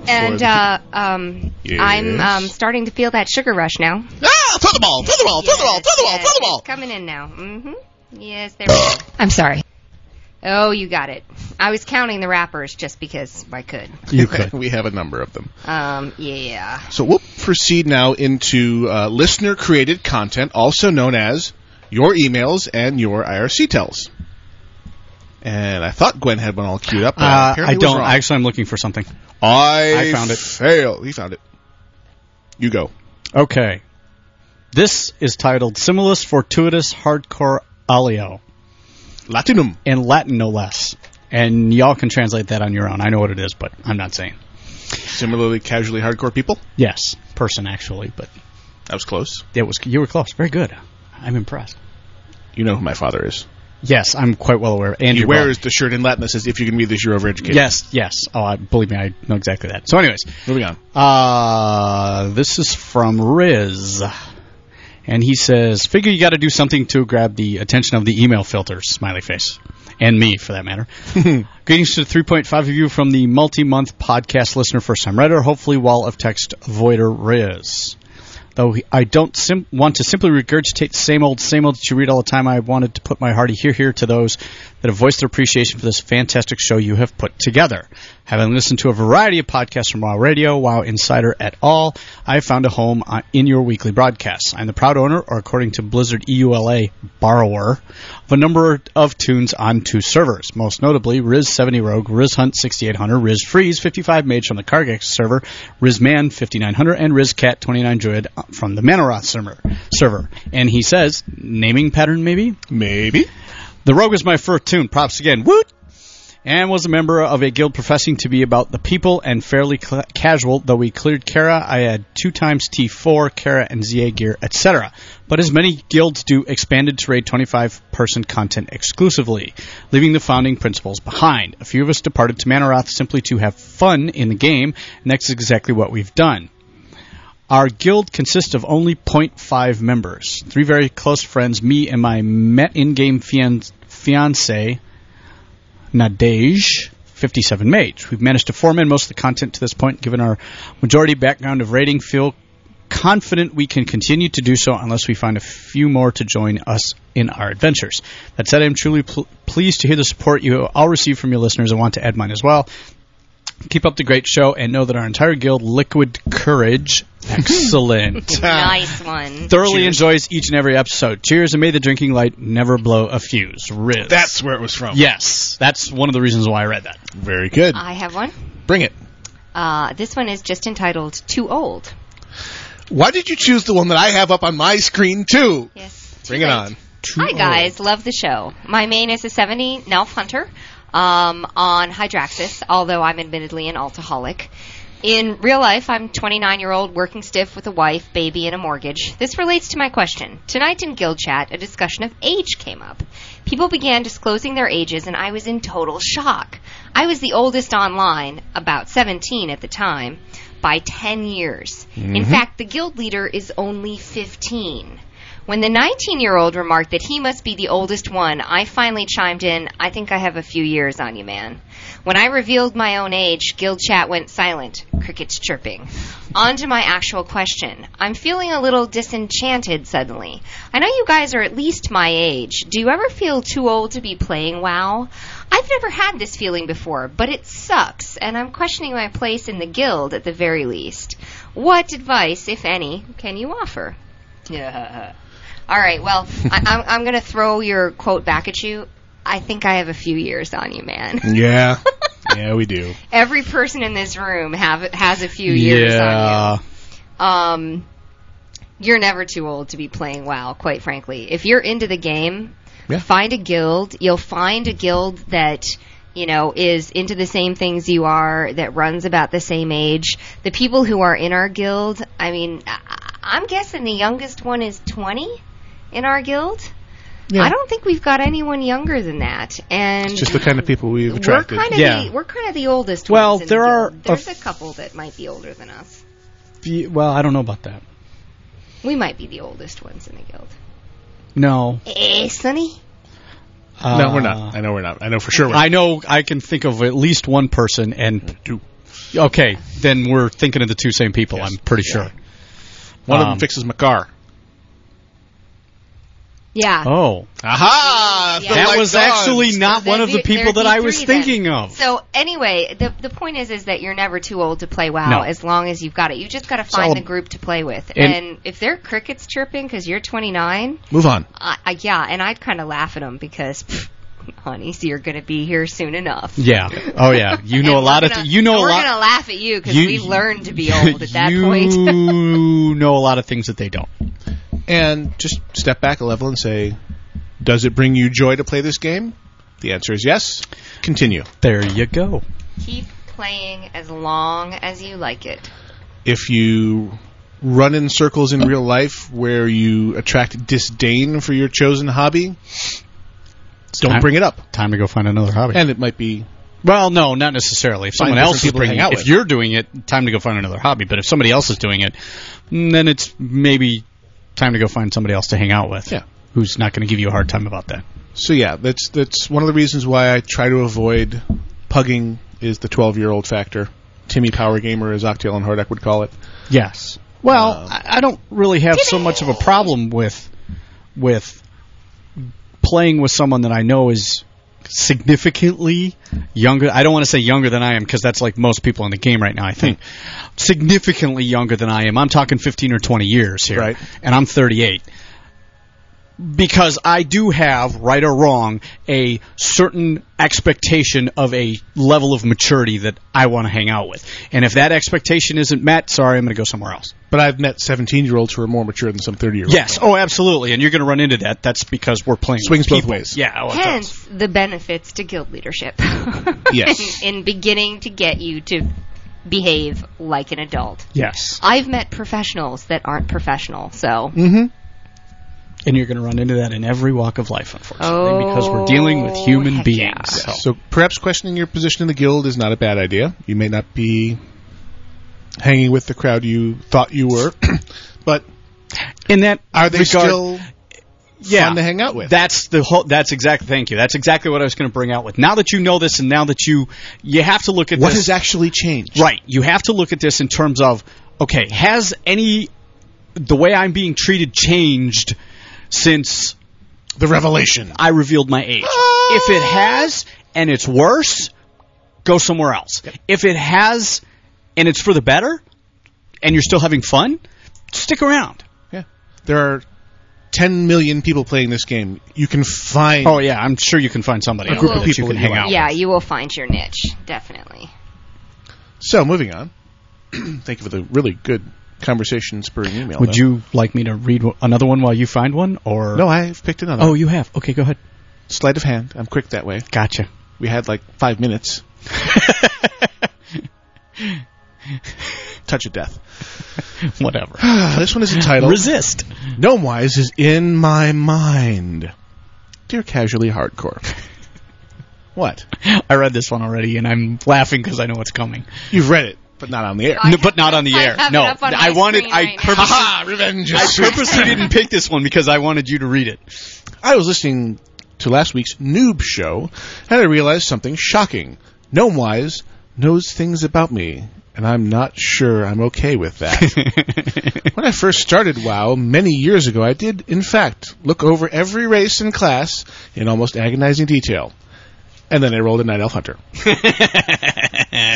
And
the-
uh, um, I'm
Yes.
um, starting to feel that sugar rush now.
Ah, throw the ball, throw
Oh,
the ball, throw the ball, throw the ball, throw the ball.
It's coming in now. hmm Yes, there we go. I'm sorry. Oh, you got it. I was counting the wrappers just because I could.
You could.
Uh,
we have a number of them.
Um, yeah.
So we'll proceed now into uh, listener created content, also known as your emails and your IRC tells. And I thought Gwen had one all queued up. But
Uh,
apparently
I
was
don't.
wrong.
Actually, I'm looking for something.
I,
I found it.
Failed. He found it. You go.
Okay. This is titled Simulus Fortuitus Hardcore Alio.
Latinum.
In Latin, no less. And y'all can translate that on your own. I know what it is, but I'm not saying.
Similarly, casually hardcore people?
Yes. Person, actually, but.
That was close.
It was. You were close. Very good. I'm impressed.
You know who my father is.
Yes, I'm quite well aware. And
he
your brother.
wears the shirt in Latin that says, if you can read this, you're overeducated.
Yes, yes. Oh, I, believe me, I know exactly that. So, anyways,
moving on.
Uh, this is from Riz, and he says, "Figure you got to do something to grab the attention of the email filters." Smiley face, and me for that matter. Greetings to the 3.5 of you from the multi-month podcast listener, first-time writer, hopefully wall of text voider Riz. Though he- I don't sim- want to simply regurgitate the same old, same old that you read all the time, I wanted to put my hearty here, here to those that have voiced their appreciation for this fantastic show you have put together. Having listened to a variety of podcasts from WoW Radio, WoW Insider et al., I have found a home uh, in your weekly broadcasts. I'm the proud owner, or according to Blizzard E EULA, borrower, of a number of tunes on two servers, most notably Riz 70 Rogue, Riz Hunt 6800, Riz Freeze 55 Mage from the Cargex server, Riz Man 5900, and Riz Cat 29 Druid from the Manoroth server. server. And he says, naming pattern maybe?
Maybe.
The Rogue is my first tune. Props again. Woot! and was a member of a guild professing to be about the people and fairly cl- casual, though we cleared Kara, I had two times T4, Kara, and ZA gear, etc. But as many guilds do, expanded to raid 25 person content exclusively, leaving the founding principles behind. A few of us departed to Manoroth simply to have fun in the game, and that's exactly what we've done. Our guild consists of only 0.5 members. Three very close friends, me and my met in-game fian- fiance, Nadej, 57 Mage. We've managed to form in most of the content to this point, given our majority background of raiding, feel confident we can continue to do so unless we find a few more to join us in our adventures. That said, I'm truly pl- pleased to hear the support you all receive from your listeners and want to add mine as well. Keep up the great show and know that our entire guild, Liquid Courage, excellent.
Ah.
Ah,
nice one.
Thoroughly enjoys each and every episode. Cheers, and may the drinking light never blow a fuse. Riz.
That's where it was from.
Yes, that's one of the reasons why I read that.
Very good.
I have one.
Bring it.
Uh, this one is just entitled "Too Old."
Why did you choose the one that I have up on my screen too?
Yes.
Bring it on.
Hi guys, love the show. My main is a 70 Nelf Hunter um, on Hydraxis, although I'm admittedly an altaholic. In real life, I'm 29 year old, working stiff with a wife, baby, and a mortgage. This relates to my question. Tonight in Guild Chat, a discussion of age came up. People began disclosing their ages, and I was in total shock. I was the oldest online, about 17 at the time, by 10 years. In
Mhm.
fact, the guild leader is only 15. When the 19 year old remarked that he must be the oldest one, I finally chimed in, I think I have a few years on you, man. When I revealed my own age, guild chat went silent, crickets chirping. On to my actual question. I'm feeling a little disenchanted suddenly. I know you guys are at least my age. Do you ever feel too old to be playing WoW? I've never had this feeling before, but it sucks, and I'm questioning my place in the guild at the very least. What advice, if any, can you offer? Yeah. All right. Well, I, I'm, I'm going to throw your quote back at you. I think I have a few years on you, man.
Yeah. yeah, we do.
Every person in this room have has a few years
yeah.
on you. Um, you're never too old to be playing WoW. Quite frankly, if you're into the game,
Yeah.
find a guild. You'll find a guild that you know is into the same things you are, that runs about the same age. The people who are in our guild, I mean, I- I'm guessing the youngest one is 20 in our guild. I don't think we've got anyone younger than that, and
It's just the kind of people we've
we're
attracted.
kind of the, we're kind of the oldest.
Well,
ones in
there
the
are
guild.
a
there's a,
f-
couple that might be older than us.
Be- Well, I don't know about that.
We might be the oldest ones in the guild.
No. uh,
Eh, Sonny?
no, we're not. I know we're not. I know for sure we're
I know I can think of at least one person and Okay, then we're thinking of the two same people, I'm pretty sure. Um,
One of them
fixes my car.
Yeah.
Oh.
Aha!
Yeah.
That was actually not
So
one
they'd
of the
be-
people
there'd
that
be
I was
three then.
thinking of.
So anyway, the the point is is that you're never too old to play WoW
No.
as long as you've got it. You just got to
all
find the
ab-
group to play with.
And-
And, if they're crickets chirping because you're 29,
Move on.
I, I, yeah, and I'd kind of laugh at them because, pff, honey, so you're going to be here soon enough.
Yeah. Oh yeah. You know a lot of th- you know a
We're
lot
gonna laugh at you because
You-
we learned to be old at that
you
point.
know a lot of things that they don't.
And just step back a level and say, does it bring you joy to play this game? The answer is yes. Continue.
There you go.
Keep playing as long as you like it.
If you run in circles in real life where you attract disdain for your chosen hobby, don't
time-
bring it up.
Time to go find another hobby.
And it might be
Well, no, not necessarily. If
Find
someone
different
else is
people to
bringing
hang out
it, if
with.
you're doing it, time to go find another hobby. But if somebody else is doing it, mm, then it's maybe time to go find somebody else to hang out with.
Yeah.
Who's not going to give you a hard time about that?
So yeah, that's that's one of the reasons why I try to avoid pugging is the 12-year-old factor. Timmy Power Gamer, as Octail and Hardak would call it.
Yes. Well, I, I don't really have so much of a problem with with playing with someone that I know is significantly younger. I don't want to say younger than I am because that's like most people in the game right now. I think significantly younger than I am. I'm talking 15 or 20 years here, right. and I'm 38. Because I do have, right or wrong, a certain expectation of a level of maturity that I want to hang out with. And if that expectation isn't met, sorry, I'm going to go somewhere else.
But I've met 17-year-olds who are more mature than some 30-year-olds.
Yes. Oh, absolutely. And you're going to run into that. That's because we're playing.
Swings
with
both
people.
ways.
Yeah. oh, it's-
Hence the benefits to guild leadership.
Yes.
in, in beginning to get you to behave like an adult.
Yes.
I've met professionals that aren't professional, so
Mm-hmm. And you're going to run into that in every walk of life, unfortunately, because we're dealing with
Oh,
human
heck
beings.
yeah.
So.
So perhaps questioning your position in the guild is not a bad idea. You may not be hanging with the crowd you thought you were, but
in that
are they
regard-
still
yeah,
fun to hang out with?
That's the whole. That's exactly. Thank you. That's exactly what I was going to bring out with. Now that you know this, and now that you you have to look at
what has
this.
actually changed?
Right. You have to look at this in terms of okay, has any the way I'm being treated changed since
the revelation.
I revealed my age. If it has and it's worse, go somewhere else. If it has and it's for the better, and you're still having fun, stick around.
There are 10 million people playing this game. You can find.
Oh yeah, I'm sure you can find somebody.
A
out
group
there
of
that you
people
can
that you
hang
like.
out.
Yeah, you will find your niche, definitely.
So moving on. Thank you for the really good conversation spurring email.
Would
though.
you like me to read w- another one while you find one, or
No, I've picked another.
Oh, you have. Okay, go ahead.
Sleight of hand. I'm quick that way.
Gotcha.
We had like five minutes. Touch of death.
Whatever.
this one is entitled
Resist.
Gnomewise is in my mind. Dear casually hardcore. what?
I read this one already, and I'm laughing because I know what's coming.
You've read it, but not on the air.
No, but not on the air.
have it
no,
up on
I
my
wanted.
screen
I
right now.
purposely,
Haha, revenge is
I
sweet.
purposely didn't pick this one because I wanted you to read it.
I was listening to last week's noob show, and I realized something shocking. Gnomewise knows things about me, and I'm not sure I'm okay with that. when I first started WoW many years ago, I did, in fact, look over every race and class in almost agonizing detail. And then I rolled a Night Elf Hunter.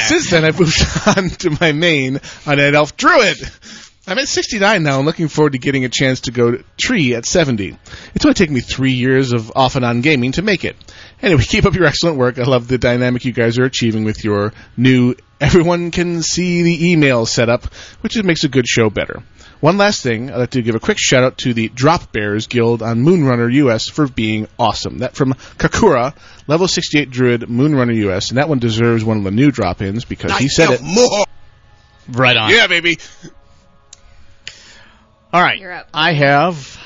Since then, I've moved on to my main, a Night Elf Druid. I'm at 69 now and looking forward to getting a chance to go to tree at 70. It's only taken me three years of off and on gaming to make it. Anyway, keep up your excellent work. I love the dynamic you guys are achieving with your new everyone can see the email setup, which just makes a good show better. One last thing, I'd like to give a quick shout out to the Drop Bears Guild on Moonrunner US for being awesome. That from Kakura, level 68 druid Moonrunner US, and that one deserves one of the new drop ins because he said it.
Right on.
Yeah, baby.
All right. I have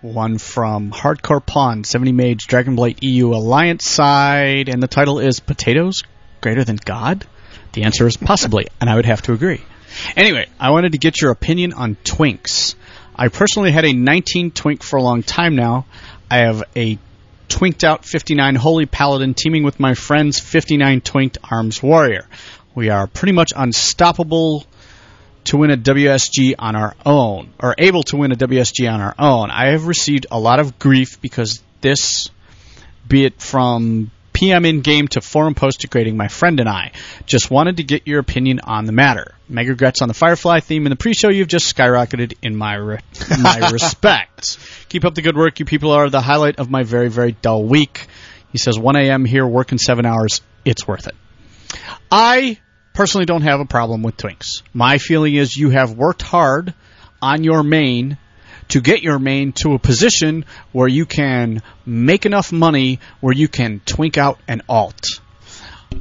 one from Hardcore Pond, 70 Mage, Dragonblade EU Alliance side, and the title is Potatoes Greater Than God? The answer is possibly, and I would have to agree. Anyway, I wanted to get your opinion on Twinks. I personally had a 19 Twink for a long time now. I have a twinked out 59 Holy Paladin teaming with my friend's 59 twinked Arms Warrior. We are pretty much unstoppable to win a WSG on our own, or able to win a WSG on our own. I have received a lot of grief because this, be it from PM in game to forum post degrading my friend and I, just wanted to get your opinion on the matter. Mega regrets on the Firefly theme in the pre-show. You've just skyrocketed in my re- my respects. Keep up the good work. You people are the highlight of my very very dull week. He says 1 a.m. here, working seven hours. It's worth it. I personally don't have a problem with Twinks. My feeling is you have worked hard on your main to get your main to a position where you can make enough money where you can twink out an alt.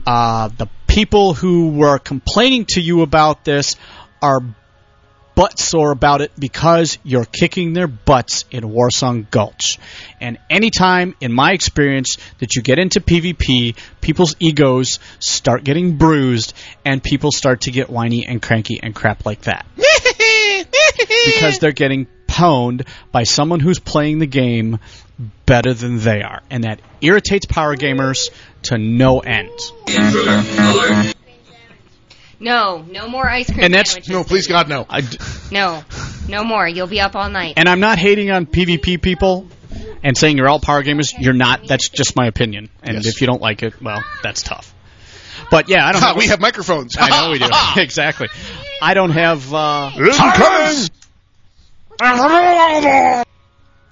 Uh, the people who were complaining to you about this are butt sore about it because you're kicking their butts in Warsong Gulch. And anytime, in my experience, that you get into PvP, people's egos start getting bruised and people start to get whiny and cranky and crap like that. because they're getting pwned by someone who's playing the game better than they are. And that irritates power gamers to no end.
No, no more ice cream.
And that's
sandwiches.
no, please God, no. I d-
No, no more. You'll be up all night.
And I'm not hating on PvP people and saying you're all power gamers. You're not. That's just my opinion. And if you don't like it, well, that's tough. But yeah, I don't.
Ha,
have,
we have microphones.
I know we do. exactly. I don't have. Uh,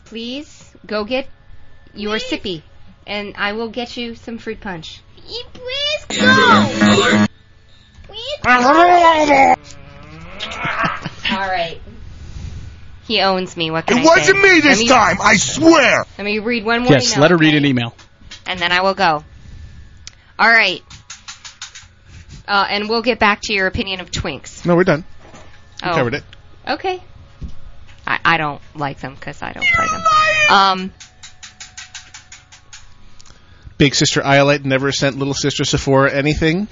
Please go get your sippy, and I will get you some fruit punch. Please go. All right. He owns me. What can I
It wasn't
say?
me this
Let
time, I swear.
Let me read one more.
yes,
email,
let her read an email.
and then I will go. All right. Uh, and we'll get back to your opinion of Twinks.
No, we're done. We
Oh.
covered it.
Okay. I, I don't like them because I don't play them. Um,
Big Sister Iolite never sent Little Sister Sephora anything.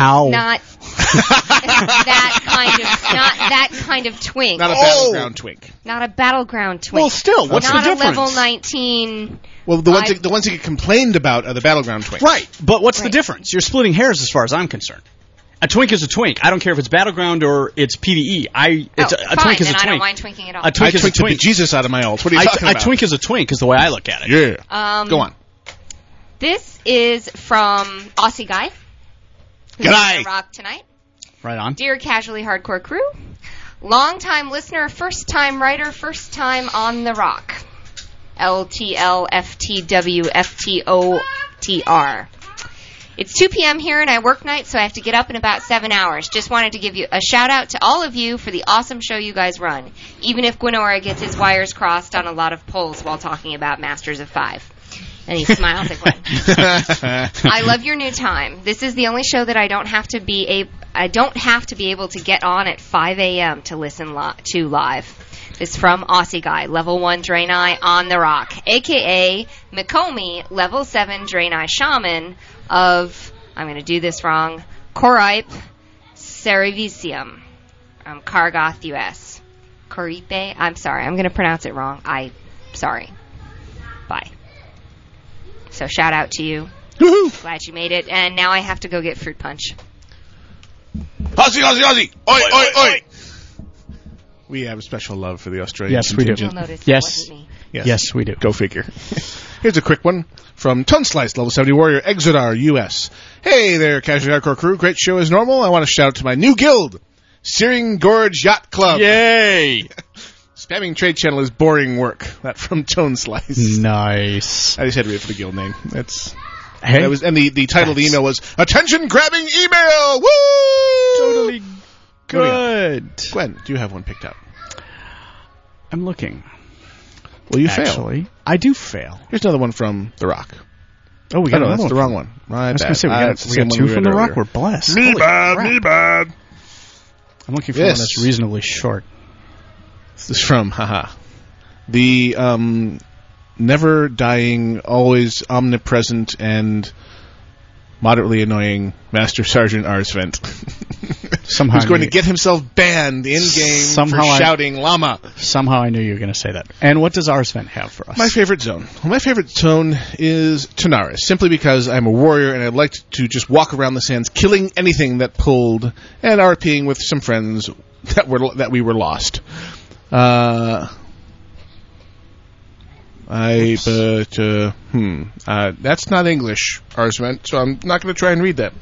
Ow.
not that kind of not that kind of twink.
Not a battleground twink.
Not a battleground twink.
Well, still, what's
not
the
a level
difference?
nineteen.
Well, the ones
I-
that, the ones that get complained about are the battleground twinks.
Right, but what's the difference? You're splitting hairs as far as I'm concerned.
A twink is a twink. I don't care if it's battleground or it's
E.
PVE. I it's a, a
Oh, Fine,
twink is
then
a
I don't
twink.
mind twinking at all.
A twink
I
is a
twinked the
twink.
bejesus out of my alt. What are you
I,
talking
I
about?
twink is a twink is the way I look at it.
Yeah.
Um,
Go on.
This is from Aussie Guy. who's
G'day.
on the Rock tonight.
Right on.
Dear Casually Hardcore Crew, long-time listener, first-time writer, first time on the rock. L T L F T W F T O T R. It's 2 p.m. here and I work night, so I have to get up in about seven hours. Just wanted to give you a shout out to all of you for the awesome show you guys run, even if Gwenora gets his wires crossed on a lot of polls while talking about Masters of Five. And he smiles at Gwen. I love your new time. This is the only show that I don't have to be a I don't have to be able to get on at 5 a.m. to listen li- to live. This is from Aussie Guy, level one Draenei on the rock, aka Mikomi, level seven Draenei shaman of I'm going to do this wrong, Coripe Cerevisium, um, Kargoth, U.S. Coripe. I'm sorry, I'm going to pronounce it wrong. I sorry. Bye. So shout out to you. Glad you made it, and now I have to go get fruit punch.
Aussie, Aussie, Aussie! Oi, oi, oi!
We have a special love for the Australian
Yes, we do.
contingent.
Yes.
Yes.
Yes, we do.
Go figure. Here's a quick one from Tunslice, level 70 warrior, Exodar, US. Hey there, Casual Hardcore crew. Great show as normal. I want to shout out to my new guild, Searing Gorge Yacht Club.
Yay!
Spamming trade channel is boring work. That from
Mm.
Toneslice.
Nice.
I just had to read for the guild name. That's.
Hey.
That was, and the, the title of the
That's-
email was Attention Grabbing Email! Woo! Totally
Good.
Gwen, do you have one picked out?
I'm looking.
Well, you failed.
Actually, I do fail.
Here's another one from The Rock.
Oh, we got
oh, no,
another
that's
one.
the wrong one. My
I was
bad.
gonna say we
Ah,
got-
it's the
we
same
got
one
two
read
from The Rock.
earlier.
We're blessed.
Me
Holy
bad,
crap.
me bad.
I'm looking for one
Yes.
that's reasonably short.
This is from, haha, the um, never dying, always omnipresent, and moderately annoying Master Sergeant Arsvent.
Somehow
Who's
I
going
knew-
to get himself banned in game
Somehow
for
I-
shouting llama.
Somehow I knew you were going to say that. And what does Arsven have for us?
My favorite zone. Well, my favorite zone is Tanaris, simply because I'm a warrior and I like to just walk around the sands, killing anything that pulled, and RPing with some friends that were that we were lost. Uh, I but uh, hmm, uh, that's not English, Arsvent, so I'm not going to try and read that.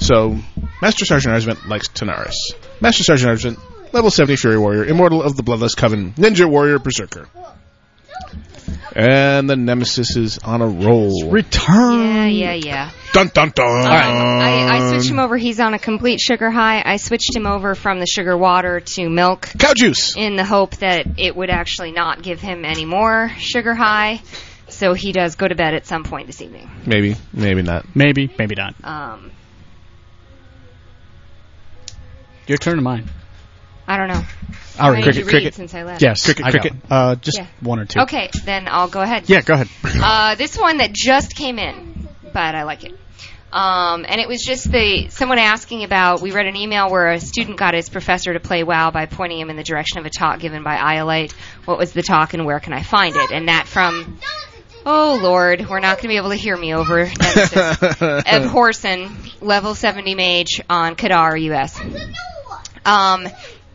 So, Master Sergeant Arsvent likes Tanaris. Master Sergeant Arsvent, level seventy Fury Warrior, Immortal of the Bloodless Coven, Ninja Warrior Berserker. And the Nemesis is on a roll.
Yeah,
Return.
yeah, yeah.
Dun dun dun. All
Um,
I, I switched him over. He's on a complete sugar high. I switched him over from the sugar water to milk
Cow juice.
in the hope that it would actually not give him any more sugar high. So he does go to bed at some point this evening.
Maybe, maybe not.
Maybe, maybe not.
Um,
Your turn to mine.
I don't know.
All
I
right,
need
cricket,
to read
cricket.
since I left.
Yes,
Cricket,
I got
cricket.
one. Uh, just
Yeah.
one or two.
Okay, then I'll go ahead.
Yeah, go ahead.
Uh, this one that just came in, but I like it. Um, and it was just the someone asking about. We read an email where a student got his professor to play WoW by pointing him in the direction of a talk given by Iolite. What was the talk, and where can I find it? And that from. Oh Lord, we're not going to be able to hear me over. Nemesis. Eb Horson, level 70 mage on Kadar, U.S. Um,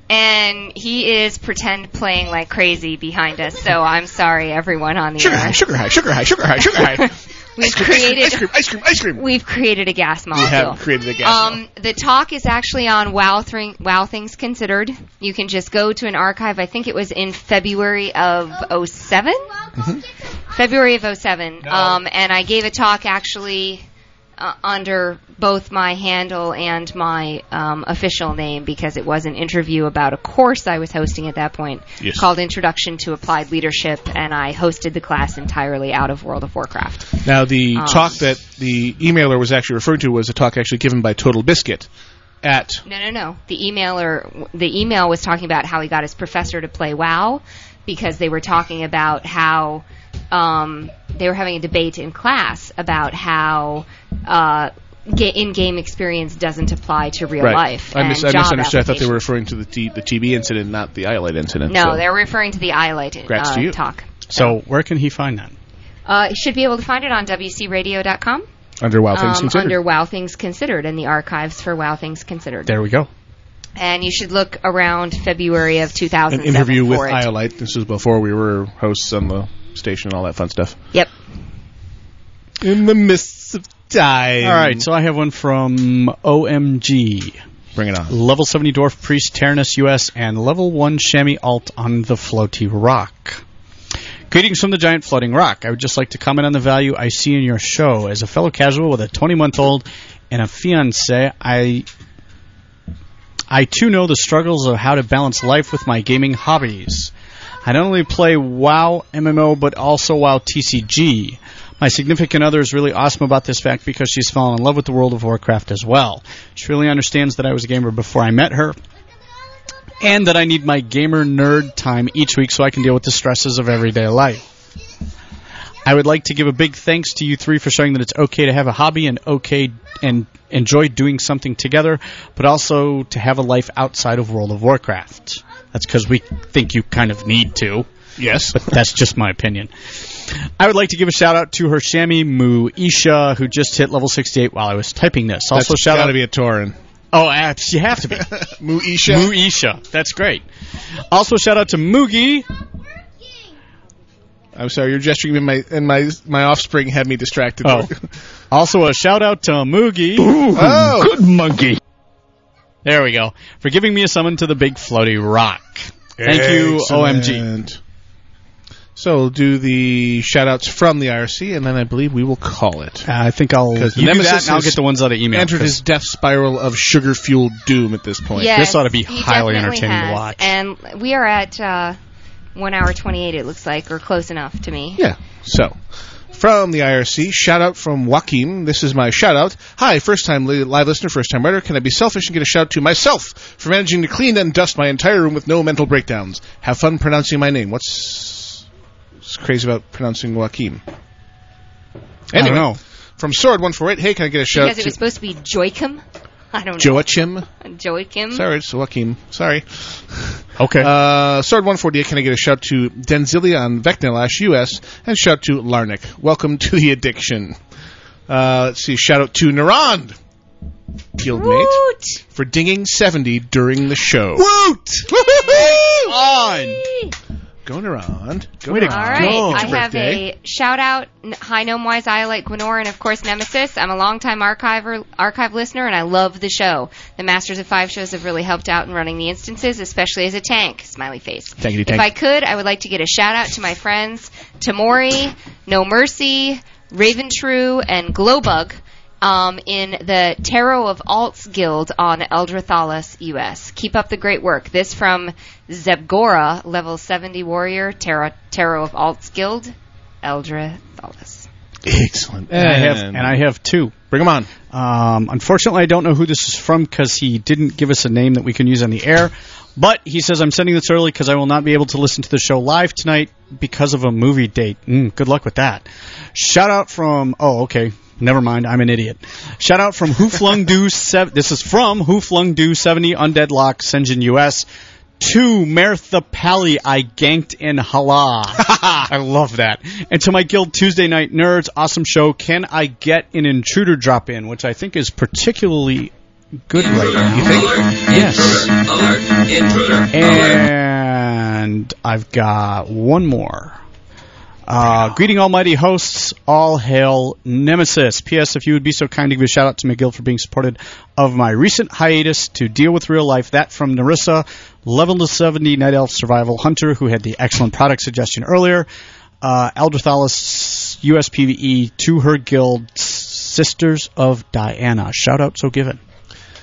and he is pretend playing like crazy behind us. So I'm sorry, everyone on the
Sugar
air.
high, sugar high, sugar high, sugar high, sugar high.
We've
Ice
created
cream, ice cream, ice cream.
we've created a gas
We
molecule.
have created a gas.
Um, the talk is actually on Wow, Thring- wow Things Considered. You can just go to an archive. I think it was in February of 7
Mm-hmm.
February of 07. Um, and I gave a talk actually uh, under both my handle and my um, official name because it was an interview about a course I was hosting at that point
Yes.
called Introduction to Applied Leadership, and I hosted the class entirely out of World of Warcraft.
Now, the
Um,
talk that the emailer was actually referring to was a talk actually given by Total Biscuit at.
No, no, no. The emailer, the email was talking about how he got his professor to play WoW because they were talking about how um, they were having a debate in class about how uh, ga- in-game experience doesn't apply to real
right.
life.
I,
and
mis- I
job
misunderstood. I thought they
application.
were referring to the, T- the TB incident, not the Iolite incident.
No,
so.
they're referring to the Iolite
Congrats
uh,
to you.
talk.
So where can he find that?
Uh, you should be able to find it on WCRadio.com.
Under Wow Things
um,
Considered.
under Wow Things Considered in the archives for Wow Things Considered.
there we go.
And you should look around February of
An
2007
interview with
for it.
Iolite. This is before we were hosts on the station and all that fun stuff.
Yep.
In the mists of time.
All right, so I have one from OMG.
Bring it on.
Level 70 Dwarf Priest, Terranus US, and level 1 Chamois Alt on the Floaty Rock. Greetings from the giant floating rock. I would just like to comment on the value I see in your show. As a fellow casual with a 20 month old and a fiance, I I too know the struggles of how to balance life with my gaming hobbies. I not only play WoW MMO but also WoW TCG. My significant other is really awesome about this fact because she's fallen in love with the World of Warcraft as well. She really understands that I was a gamer before I met her, and that I need my gamer nerd time each week so I can deal with the stresses of everyday life. I would like to give a big thanks to you three for showing that it's okay to have a hobby and okay and enjoy doing something together, but also to have a life outside of World of Warcraft. That's because we think you kind of need to.
Yes.
But that's just my opinion. I would like to give a shout out to her Shami Mu Isha, who just hit level 68 while I was typing this. Also,
That's
shout
gotta
out.
be a Tauren.
Oh, abs- you have to be.
Muisha.
Muisha. That's great. Also, shout out to Moogie.
I'm sorry, you're gesturing in my and my my offspring had me distracted.
Oh. also, a shout out to Moogie.
Oh.
good monkey. There we go. For giving me a summon to the big floaty rock. Thank you, OMG.
Excellent. So we'll do the shout outs from the IRC, and then I believe we will call it.
Uh, I think I'll
Because
you do that, and I'll get the ones out of email.
Entered
'cause
his death spiral of sugar fueled doom at this point.
Yes,
This ought to be
he
highly
definitely
entertaining to
has.
watch.
And we are at uh, 1 hour 28, it looks like, or close enough to me.
Yeah. So, from the IRC, shout out from Joaquin. This is my shout out. Hi, first time li- live listener, first time writer. Can I be selfish and get a shout out to myself for managing to clean and dust my entire room with no mental breakdowns? Have fun pronouncing my name. What's, what's crazy about pronouncing Joaquin? Anyway,
I don't know.
From Sword148, hey, can I get a shout
because
out
it was
to
supposed to be Joykum. I don't know.
Joachim?
Joykum.
Sorry, it's Joaquin. Sorry.
Okay.
Uh, Sword 148, can I get a shout to Denzilion Vecnalash US and shout to Larnick? Welcome to the addiction. Uh, let's see, shout out to Narand, guildmate, for dinging 70 during the show.
Woot!
On! Go Narand. Go
Way to
Narand.
All right, I have a shout out. N- Hi, Gnome Wise, I like Gwenor, and of course Nemesis. I'm a longtime archiver, archive listener, and I love the show. The Masters of Five shows have really helped out in running the instances, especially as a tank. Smiley face.
Tankity
If I could, I would like to get a shout out to my friends Tamori, No Mercy, Raven True, and Glowbug um, in the Tarot of Alts Guild on Eldrathala's US. Keep up the great work. This from Zebgora, level 70 warrior, Tarot, Tarot of Alts Guild, Eldrathala's.
Excellent.
And I have and I have two.
Bring them on.
Um, unfortunately, I don't know who this is from because he didn't give us a name that we can use on the air. But he says I'm sending this early because I will not be able to listen to the show live tonight because of a movie date. Mm, good luck with that. Shout out from oh okay. Never mind, I'm an idiot. Shout out from Who Flung Do Seven. This is from Who Flung Do Seventy Undead Lock Senjin US to Martha Pally. I ganked in Hala. I love that. And to my guild Tuesday night nerds, awesome show. Can I get an intruder drop in, which I think is particularly good right now. You think? Yes. And I've got one more. Uh, greeting almighty hosts, all hail Nemesis. P.S. If you would be so kind to give a shout out to McGill for being supported of my recent hiatus to deal with real life, that from Narissa, level to 70 Night Elf Survival Hunter, who had the excellent product suggestion earlier. Uh, Elderthalis USPVE E, to her guild, Sisters of Diana. Shout out so given.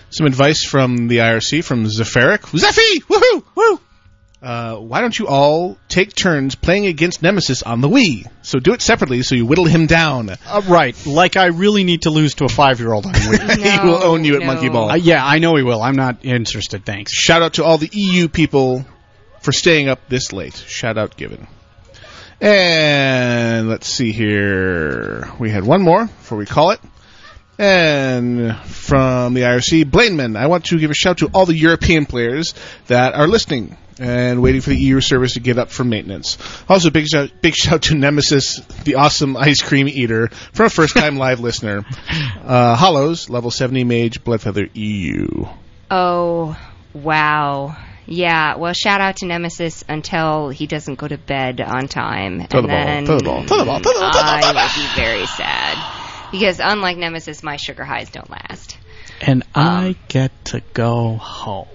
Some advice from the IRC from Zephyric. Zephy! Woohoo! Woo! Uh, why don't you all take turns playing against Nemesis on the Wii? So do it separately so you whittle him down.
Uh, right, like I really need to lose to a five-year-old on Wii.
he will own you at Monkey Ball.
Uh, yeah, I know he will. I'm not interested. Thanks.
Shout out to all the EU people for staying up this late. Shout out given. And let's see here. We had one more before we call it. And from the IRC, Blainman, I want to give a shout to all the European players that are listening. and waiting for the EU service to get up for maintenance. Also, big shout, big shout to Nemesis, the awesome ice cream eater, for a first time live listener. Uh, Hollows, level 70 mage, Bloodfeather E EU.
Oh, wow. Yeah, well, shout out to Nemesis until he doesn't go to bed on time.
Throw the
and then
ball, throw the ball, throw the ball, throw the ball, throw the ball.
I would be very sad. Because unlike Nemesis, my sugar highs don't last.
And
Um,
I get to go home.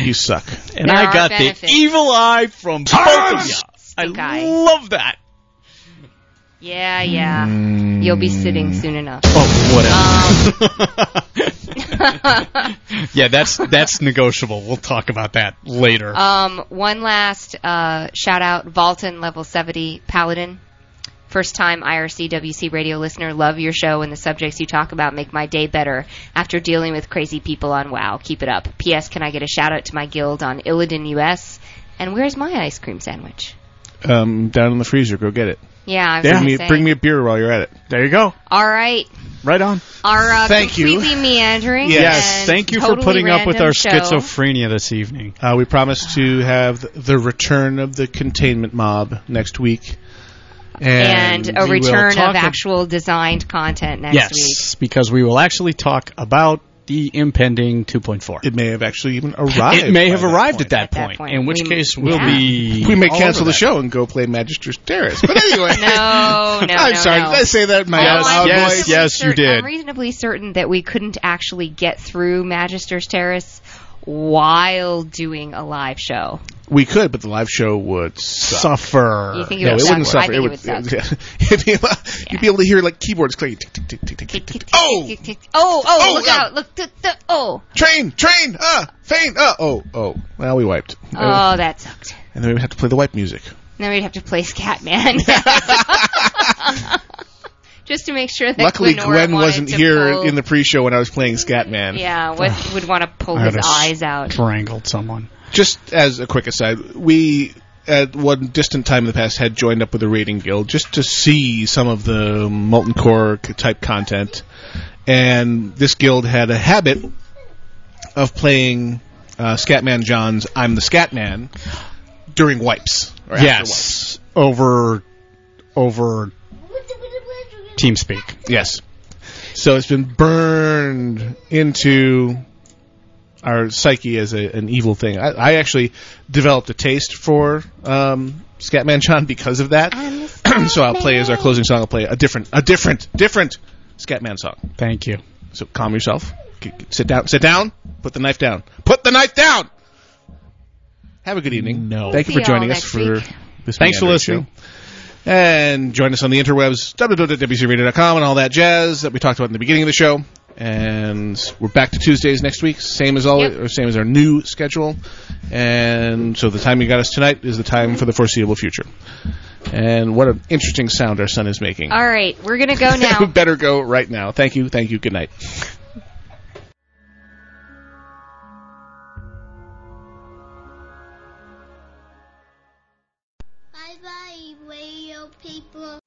You suck.
And
There
I
are
got
benefits.
the evil eye from both of you. I love that.
Yeah, yeah. You'll be sitting soon enough.
Oh,
whatever.
yeah, that's that's negotiable. We'll talk about that later.
Um, one last uh, shout out, Valton Level 70 Paladin. First time IRCWC radio listener, love your show and the subjects you talk about make my day better after dealing with crazy people on WoW. Keep it up. P.S. Can I get a shout out to my guild on Illidan US? And where's my ice cream sandwich?
Um, down in the freezer, go get it.
Yeah, I was
Bring
gonna
me-
say.
bring me a beer while you're at it. There you go.
All right.
Right on.
Our uh,
Thank you.
completely meandering.
Yes.
and
Thank you
totally
for putting up with
random
our
show.
schizophrenia this evening.
Uh, we promise to have th- the return of the containment mob next week.
and,
And,
a
we will
return
talk
of actual designed content next
yes,
week.
because we will actually talk about the impending 2.4.
It may have actually even arrived.
It may
by
have
that
arrived
point.
at that point, in which
we-
case we'll
yeah.
be.
We may
all
cancel
over
the show and go play Magister's Terrace. But anyway,
No, no,
I'm
no,
sorry.
no.
Did I say that? in My
Although
loud
I'm
voice?
reasonably certain- I'm reasonably certain that we couldn't actually get through Magister's Terrace while doing a live show.
We could, but the live show would suffer.
You think it
no,
would
it wouldn't
suck? I
suffer.
think it would
yeah. It'd be a- You'd be able to hear like keyboards clicking. Tick, tick, tick, tick, tick, tick, tick. Oh,
Oh, oh,
Oh,
look
God.
out! Look, th- th- oh,
train, train, ah, faint, ah, oh, oh. Well, we wiped.
oh, that sucked.
And then we have to play the wipe music.
Now we'd have to play Scatman. Just to make sure that
Luckily,
Glenora
Gwen
wanted
wasn't
to
here
pull-
in the pre-show when I was playing Scatman.
Yeah, what would want to pull
I
his
had a
eyes out?
Strangled someone.
Just as a quick aside, we at one distant time in the past had joined up with a raiding guild just to see some of the molten core c- type content, and this guild had a habit of playing uh, Scatman John's "I'm the Scatman" during wipes. Or after wipes.
yes, over over TeamSpeak.
Yes. So it's been burned into our psyche as a, an evil thing. I, I actually developed a taste for um, Scatman John because of that. so I'll play as our closing song. I'll play a different, a different, different Scatman song.
Thank you.
So calm yourself. G- g- Sit down. Sit down. Put the knife down. Put the knife down. Have a good evening. No. Thank you for
We'll see y'all
joining us
next
for
week.
this.
Thanks for
meandering
listening.
show. And join us on the interwebs, www.wcradio.com, and all that jazz that we talked about in the beginning of the show. And we're back to Tuesdays next week, same as always, or same as our new schedule. And so the time you got us tonight is the time for the foreseeable future. And what an interesting sound our son is making.
All right, we're gonna go now.
we better go right now. Thank you, thank you, good night.
Bye bye, radio people.